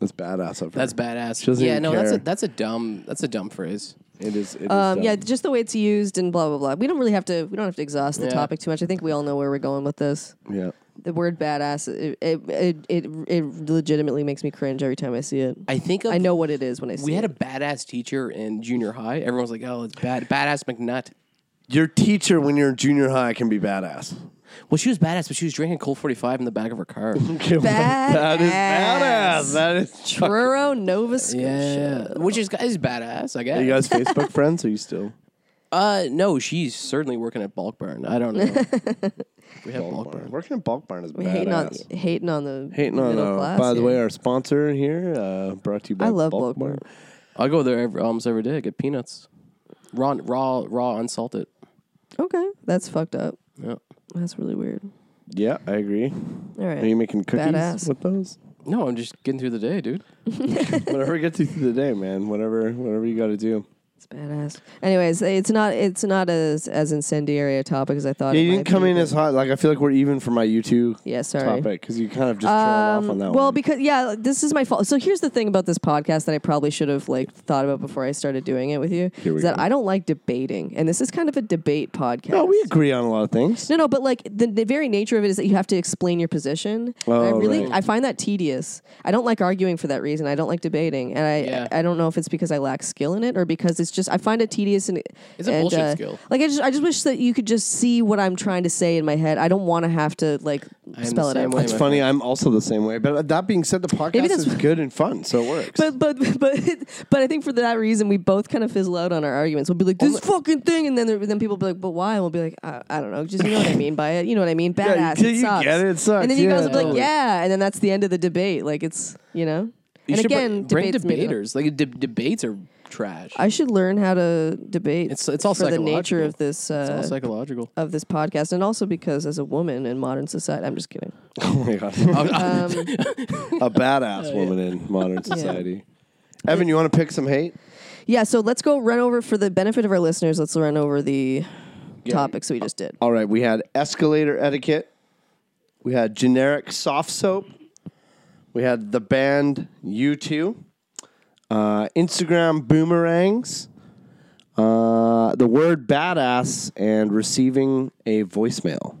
Speaker 4: That's badass of her.
Speaker 6: That's badass.
Speaker 4: doesn't
Speaker 6: yeah,
Speaker 4: even
Speaker 6: no, that's a
Speaker 4: care.
Speaker 6: that's a dumb that's a dumb phrase.
Speaker 4: It is. It is uh,
Speaker 5: Um, yeah,
Speaker 4: dumb.
Speaker 5: just the way it's used and blah blah blah. We don't really have to. We don't have to exhaust the
Speaker 6: Yeah.
Speaker 5: topic too much. I think we all know where we're going with this.
Speaker 4: yeah.
Speaker 5: The word badass, it it, it it it legitimately makes me cringe every time I see it.
Speaker 6: I think of,
Speaker 5: I know what it is when I see
Speaker 6: we had a
Speaker 5: it.
Speaker 6: badass teacher in junior high. Everyone's like, "Oh, it's bad badass McNutt."
Speaker 4: Your teacher when you're in junior high can be badass.
Speaker 6: Well, she was badass, but she was drinking Colt 45 in the back of her
Speaker 4: [laughs]
Speaker 6: car.
Speaker 5: Badass.
Speaker 4: That is badass. That is.
Speaker 5: Truro, Nova Scotia.
Speaker 6: yeah, which is is badass, I guess.
Speaker 4: Are you guys
Speaker 5: [laughs]
Speaker 4: Facebook friends? Are you still?
Speaker 6: uh, no, she's certainly working at Bulk Barn. I don't know. we have Bulk Barn.
Speaker 4: Working in bulk barn is
Speaker 5: We
Speaker 4: badass.
Speaker 5: hating on hating on the
Speaker 4: Hating on.
Speaker 5: middle
Speaker 4: Uh,
Speaker 5: class.
Speaker 4: by the
Speaker 5: here.
Speaker 4: way, our sponsor here, uh, brought to you by.
Speaker 5: I love
Speaker 4: bulk
Speaker 5: Bulk Barn.
Speaker 4: barn.
Speaker 6: I go there every, almost every day. I get peanuts, raw, raw, raw, unsalted.
Speaker 5: okay, that's fucked up.
Speaker 6: Yeah.
Speaker 5: That's really weird.
Speaker 4: Yeah, I agree.
Speaker 5: All right,
Speaker 4: Are you making cookies
Speaker 5: Badass.
Speaker 4: with those? [laughs]
Speaker 6: No, I'm just getting through the day, dude.
Speaker 4: whatever gets you through the day, man. Whatever, whatever you got to do.
Speaker 5: it's badass. Anyways, it's not it's not as as incendiary a topic as I thought.
Speaker 4: Yeah,
Speaker 5: it
Speaker 4: you
Speaker 5: might
Speaker 4: didn't come
Speaker 5: be,
Speaker 4: in
Speaker 5: but-
Speaker 4: as hot. Like I feel like we're even for my U two
Speaker 5: Yeah, sorry. Um,
Speaker 4: topic because you kind of just trailed off on that
Speaker 5: well,
Speaker 4: one.
Speaker 5: because yeah, this is my fault. So here's the thing about this podcast that I probably should have like thought about before I started doing it with you
Speaker 4: Here we
Speaker 5: is that
Speaker 4: go.
Speaker 5: I don't like debating, and this is kind of a debate podcast.
Speaker 4: no, we agree on a lot of things.
Speaker 5: No, no, but like the, the very nature of it is that you have to explain your position. And I
Speaker 4: Oh,
Speaker 5: really,
Speaker 4: right.
Speaker 5: I find that tedious. I don't like arguing for that reason. I don't like debating, and I,
Speaker 6: Yeah.
Speaker 5: I, don't know if it's because I lack skill in it or because it's just I find it tedious and
Speaker 6: It's a
Speaker 5: and, uh,
Speaker 6: bullshit skill.
Speaker 5: Like I just, I just wish that you could just see what I'm trying to say in my head. I don't want to have to like
Speaker 6: I am
Speaker 5: spell it
Speaker 6: the same
Speaker 5: out.
Speaker 6: way,
Speaker 4: It's
Speaker 6: my
Speaker 4: funny.
Speaker 6: friend.
Speaker 4: I'm also the same way. But that being said, the podcast
Speaker 5: that's-
Speaker 4: is good and fun, so it works.
Speaker 5: But but [laughs] but but I think for that reason we both kind of fizzle out on our arguments. We'll be like this fucking thing, and then there, then people will be like, but why? And we'll be like, I, I don't know, just you know what I mean by it. You know what I
Speaker 6: [laughs]
Speaker 5: mean? Badass.
Speaker 4: Yeah, you-
Speaker 5: it
Speaker 4: you
Speaker 5: sucks.
Speaker 4: get it, it sucks,
Speaker 5: And then you
Speaker 4: yeah.
Speaker 5: guys will be like,
Speaker 6: Totally.
Speaker 5: yeah, and then that's the end of the debate. Like it's you know.
Speaker 6: You
Speaker 5: and
Speaker 6: should
Speaker 5: again,
Speaker 6: br- bring
Speaker 5: debates me to-
Speaker 6: debaters. Like de- debates are trash.
Speaker 5: I should learn how to debate.
Speaker 6: It's- it's all
Speaker 5: for the nature
Speaker 6: psychological.
Speaker 5: of this
Speaker 6: it's all
Speaker 5: uh,
Speaker 6: psychological.
Speaker 5: of this podcast, and also because as a woman in modern society, I'm just kidding.
Speaker 4: [laughs] oh my god,
Speaker 5: Um,
Speaker 4: a badass woman in modern society. Evan, you want to pick some hate?
Speaker 5: Yeah, so let's go run over for the benefit of our listeners. Let's run over the topics we just did.
Speaker 4: All right, we had escalator etiquette. We had generic soft soap. We had the band U2. Uh, Instagram boomerangs. Uh, the word badass and receiving a voicemail.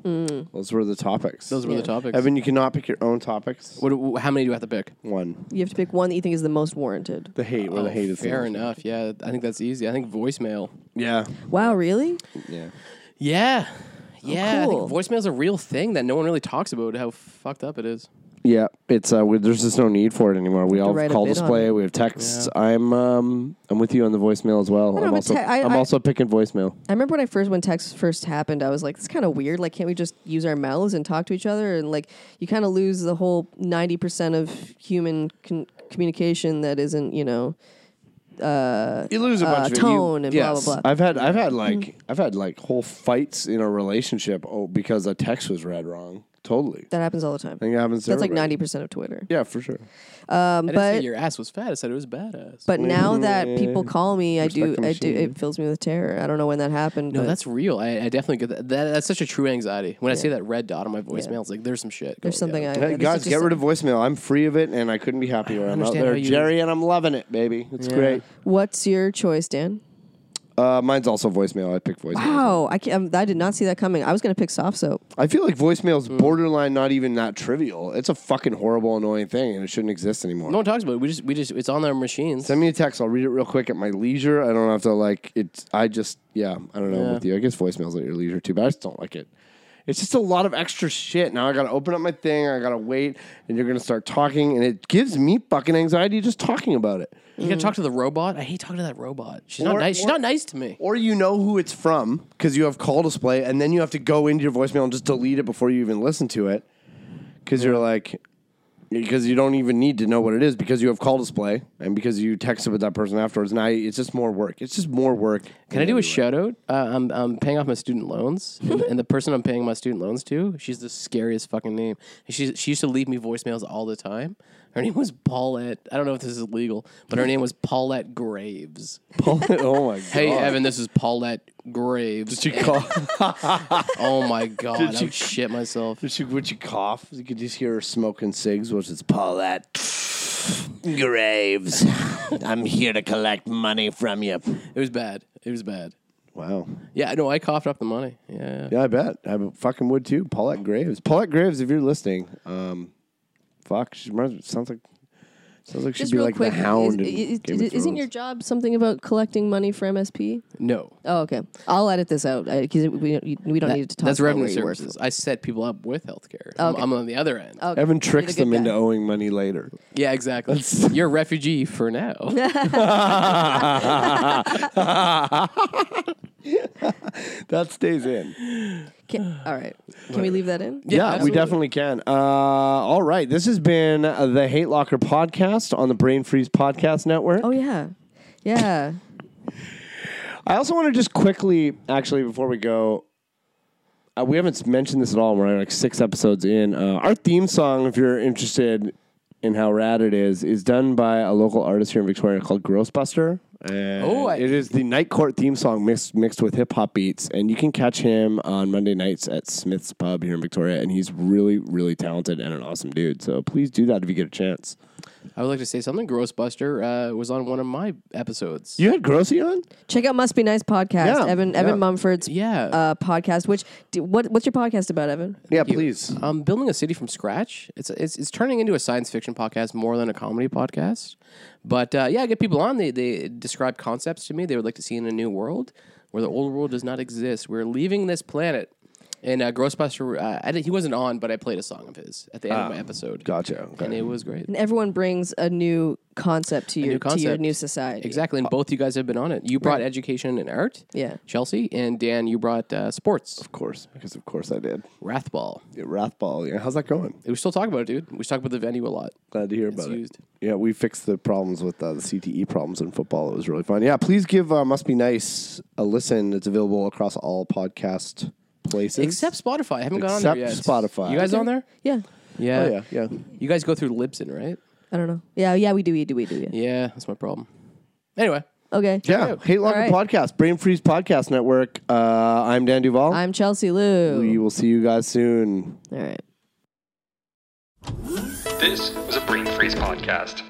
Speaker 4: Those were the topics.
Speaker 6: Mm. Those were the topics.
Speaker 4: Evan, you cannot pick your own topics.
Speaker 6: what, how many do I have to pick?
Speaker 4: One.
Speaker 5: You have to pick one that you think is the most warranted.
Speaker 4: The hate, where the hate is. the
Speaker 6: Oh, Fair
Speaker 4: most.
Speaker 6: enough. Yeah, I think that's easy. I think voicemail.
Speaker 4: Yeah.
Speaker 5: Wow, really?
Speaker 4: Yeah.
Speaker 6: Yeah. Yeah,
Speaker 5: cool.
Speaker 6: I think voicemail's a real thing that no one really talks about how fucked up it is.
Speaker 4: Yeah, it's uh, we, there's just no need for it anymore. We all have
Speaker 5: write a
Speaker 4: call
Speaker 5: bid on
Speaker 4: display.
Speaker 5: it.
Speaker 4: We have texts. I'm um I'm with you on the voicemail as well.
Speaker 5: don't
Speaker 4: I'm
Speaker 5: know,
Speaker 4: also
Speaker 5: but te- I-
Speaker 4: I'm
Speaker 5: I-
Speaker 4: also picking voicemail.
Speaker 5: I remember when I first when text first happened, I was like, "This kind of weird. Like, can't we just use our mouths and talk to each other?" And like, you kind of lose the whole ninety percent of human con- communication that isn't, you know,
Speaker 4: You lose a
Speaker 5: uh,
Speaker 4: bunch of it. You-
Speaker 5: tone and blah,
Speaker 4: yes.
Speaker 5: blah, Mm-hmm. blah.
Speaker 4: I've had I've had like I've had like whole fights in a relationship oh, because a text was read wrong. Totally.
Speaker 5: that happens all the time.
Speaker 4: I think it happens. to
Speaker 5: That's like
Speaker 4: everybody.
Speaker 5: ninety percent of Twitter.
Speaker 4: Yeah, for sure.
Speaker 6: I didn't say
Speaker 5: but-
Speaker 6: your ass was fat. I said it was badass.
Speaker 5: But now that people call me, I do,
Speaker 4: Respect the
Speaker 5: I do.
Speaker 4: machine.
Speaker 5: It fills me with terror. I don't know when that happened.
Speaker 6: no,
Speaker 5: but
Speaker 6: that's real. I, I definitely get that. that. That's such a true anxiety. When I see that red dot on my voicemail, it's like there's some shit.
Speaker 5: there's
Speaker 6: going
Speaker 5: something
Speaker 6: down.
Speaker 5: I
Speaker 4: Hey,
Speaker 5: there's
Speaker 4: guys,
Speaker 5: just
Speaker 4: get rid of voicemail. I'm free of it, and I couldn't be happier. I'm out
Speaker 6: understand
Speaker 4: there,
Speaker 6: how you-
Speaker 4: Jerry, and I'm loving it, baby. It's great.
Speaker 5: What's your choice, Dan?
Speaker 4: Uh, mine's also voicemail. I pick voicemail.
Speaker 5: Wow, I can't, um, I did not see that coming. I was gonna pick soft soap.
Speaker 4: I feel like voicemail's
Speaker 6: Hmm.
Speaker 4: borderline not even that trivial. It's a fucking horrible, annoying thing, and it shouldn't exist anymore.
Speaker 6: No one talks about it. We just, we just, it's on their machines.
Speaker 4: Send me a text. I'll read it real quick at my leisure. I don't have to like it. I just yeah. I don't know
Speaker 6: Yeah.
Speaker 4: with you. I guess voicemail's at your leisure too, but I just don't like it. It's just a lot of extra shit. Now I gotta open up my thing. I gotta wait, and you're gonna start talking, and it gives me fucking anxiety just talking about it.
Speaker 6: You
Speaker 5: Mm.
Speaker 6: gotta talk to the robot. I hate talking to that robot. She's
Speaker 4: Or-
Speaker 6: not nice. She's
Speaker 4: or-
Speaker 6: not nice to me.
Speaker 4: Or you know who it's from because you have call display, and then you have to go into your voicemail and just delete it before you even listen to it because you're like, because you don't even need to know what it is because you have call display and because you texted with that person afterwards. And I, it's just more work. It's just more work.
Speaker 6: Can I do a shout out? Uh, I'm, I'm paying off my student loans, and, and the person I'm paying my student loans to, she's the scariest fucking name. She she used to leave me voicemails all the time. Her name was Paulette. I don't know if this is legal, but her name was Paulette Graves.
Speaker 4: [laughs] [laughs] oh my god!
Speaker 6: Hey Evan, this is Paulette Graves.
Speaker 4: She cough. [laughs]
Speaker 6: oh my god, I
Speaker 4: she-
Speaker 6: would shit myself.
Speaker 4: Would she, would she cough? You could just hear her smoking cigs, which is Paulette Graves. [laughs] I'm here to collect money from you.
Speaker 6: It was bad. It was bad.
Speaker 4: Wow.
Speaker 6: Yeah, no, I coughed up the money. Yeah.
Speaker 4: Yeah, I bet. I fucking would too. Paulette Graves. Paulette Graves, if you're listening, um, fuck, she reminds, sounds like sounds like she'd
Speaker 5: Just
Speaker 4: be
Speaker 5: real
Speaker 4: like
Speaker 5: quick,
Speaker 4: the Hound.
Speaker 5: is,
Speaker 4: in
Speaker 5: is,
Speaker 4: Game of
Speaker 5: is, not
Speaker 4: Thrones.
Speaker 5: your job something about collecting money for MSP?
Speaker 6: No.
Speaker 5: Oh, okay. I'll edit this out because we, we we don't need to talk.
Speaker 6: That's
Speaker 5: about
Speaker 6: revenue
Speaker 5: where you work. Oh.
Speaker 6: services. I set people up with healthcare. I'm, I'm on the other end.
Speaker 5: Okay.
Speaker 4: Evan tricks
Speaker 5: You're
Speaker 4: them
Speaker 5: the good
Speaker 4: into
Speaker 5: guy.
Speaker 4: owing money later.
Speaker 6: Yeah, exactly. You're a refugee for now.
Speaker 5: [laughs]
Speaker 4: That stays
Speaker 5: [laughs]
Speaker 4: in. [sighs]
Speaker 5: Can- all right. Can we leave that in?
Speaker 4: Yeah, we definitely can. Uh, all right, this has been uh, the Hate Locker podcast on the Brain Freeze Podcast Network.
Speaker 5: Oh yeah, yeah.
Speaker 4: I also want to just quickly, actually, before we go, uh, we haven't mentioned this at all. We're like six episodes in. Uh, our theme song, if you're interested in how rad it is, is done by a local artist here in Victoria called Grossbuster. And
Speaker 6: Oh, I-
Speaker 4: it is the Night Court theme song mixed mixed with hip hop beats, and you can catch him on Monday nights at Smith's Pub here in Victoria. And he's really, really talented and an awesome dude. So please do that if you get a chance.
Speaker 6: I would like to say something. Grossbuster uh, was on one of my episodes.
Speaker 4: You had Grossy on?
Speaker 5: Check out Must Be Nice podcast.
Speaker 4: Yeah,
Speaker 5: Evan
Speaker 4: yeah.
Speaker 5: Evan Mumford's
Speaker 6: Yeah.
Speaker 5: uh, podcast. Which do, what what's your podcast about, Evan?
Speaker 4: Yeah, please.
Speaker 6: um, building a city from scratch. It's, it's it's turning into a science fiction podcast more than a comedy podcast. But uh, yeah, I get people on. They they describe concepts to me they would like to see in a new world where the old world does not exist. We're leaving this planet. And uh, Grossbuster, uh, I did, he wasn't on, but I played a song of his at the end of my episode.
Speaker 4: Gotcha. Okay.
Speaker 6: And it was great.
Speaker 5: And everyone brings a new concept to your
Speaker 6: new
Speaker 5: to your
Speaker 6: concept.
Speaker 5: new society.
Speaker 6: Exactly, and both you guys have been on it. You brought education and art,
Speaker 5: Yeah.
Speaker 6: Chelsea, and Dan, you brought uh, sports,
Speaker 4: Of course, because of course I did.
Speaker 6: Wrathball.
Speaker 4: Yeah, Wrathball. Yeah, how's that going?
Speaker 6: We still talk about it, dude. We talk about the venue a lot.
Speaker 4: Glad to hear about
Speaker 6: used.
Speaker 4: it. Yeah, we fixed the problems with uh, the CTE problems in football. It was really fun. Yeah, please give uh, Must Be Nice a listen. It's available across all podcast places.
Speaker 6: Except Spotify. I haven't gone on there yet.
Speaker 4: Except Spotify.
Speaker 6: You guys on there?
Speaker 5: Yeah.
Speaker 6: Yeah.
Speaker 4: Oh, yeah, yeah.
Speaker 6: You guys go through Libsyn, right?
Speaker 5: I don't know. Yeah, yeah, we do, we do, we do. Yeah.
Speaker 6: Yeah, that's my problem. Anyway,
Speaker 5: Okay.
Speaker 4: Yeah, Hate Locker
Speaker 5: All right.
Speaker 4: Podcast, Brain Freeze Podcast Network. Uh, I'm Dan Duval.
Speaker 5: I'm Chelsea
Speaker 4: we
Speaker 5: Lou.
Speaker 4: will see you guys soon.
Speaker 5: All right.
Speaker 9: This was a Brain Freeze podcast.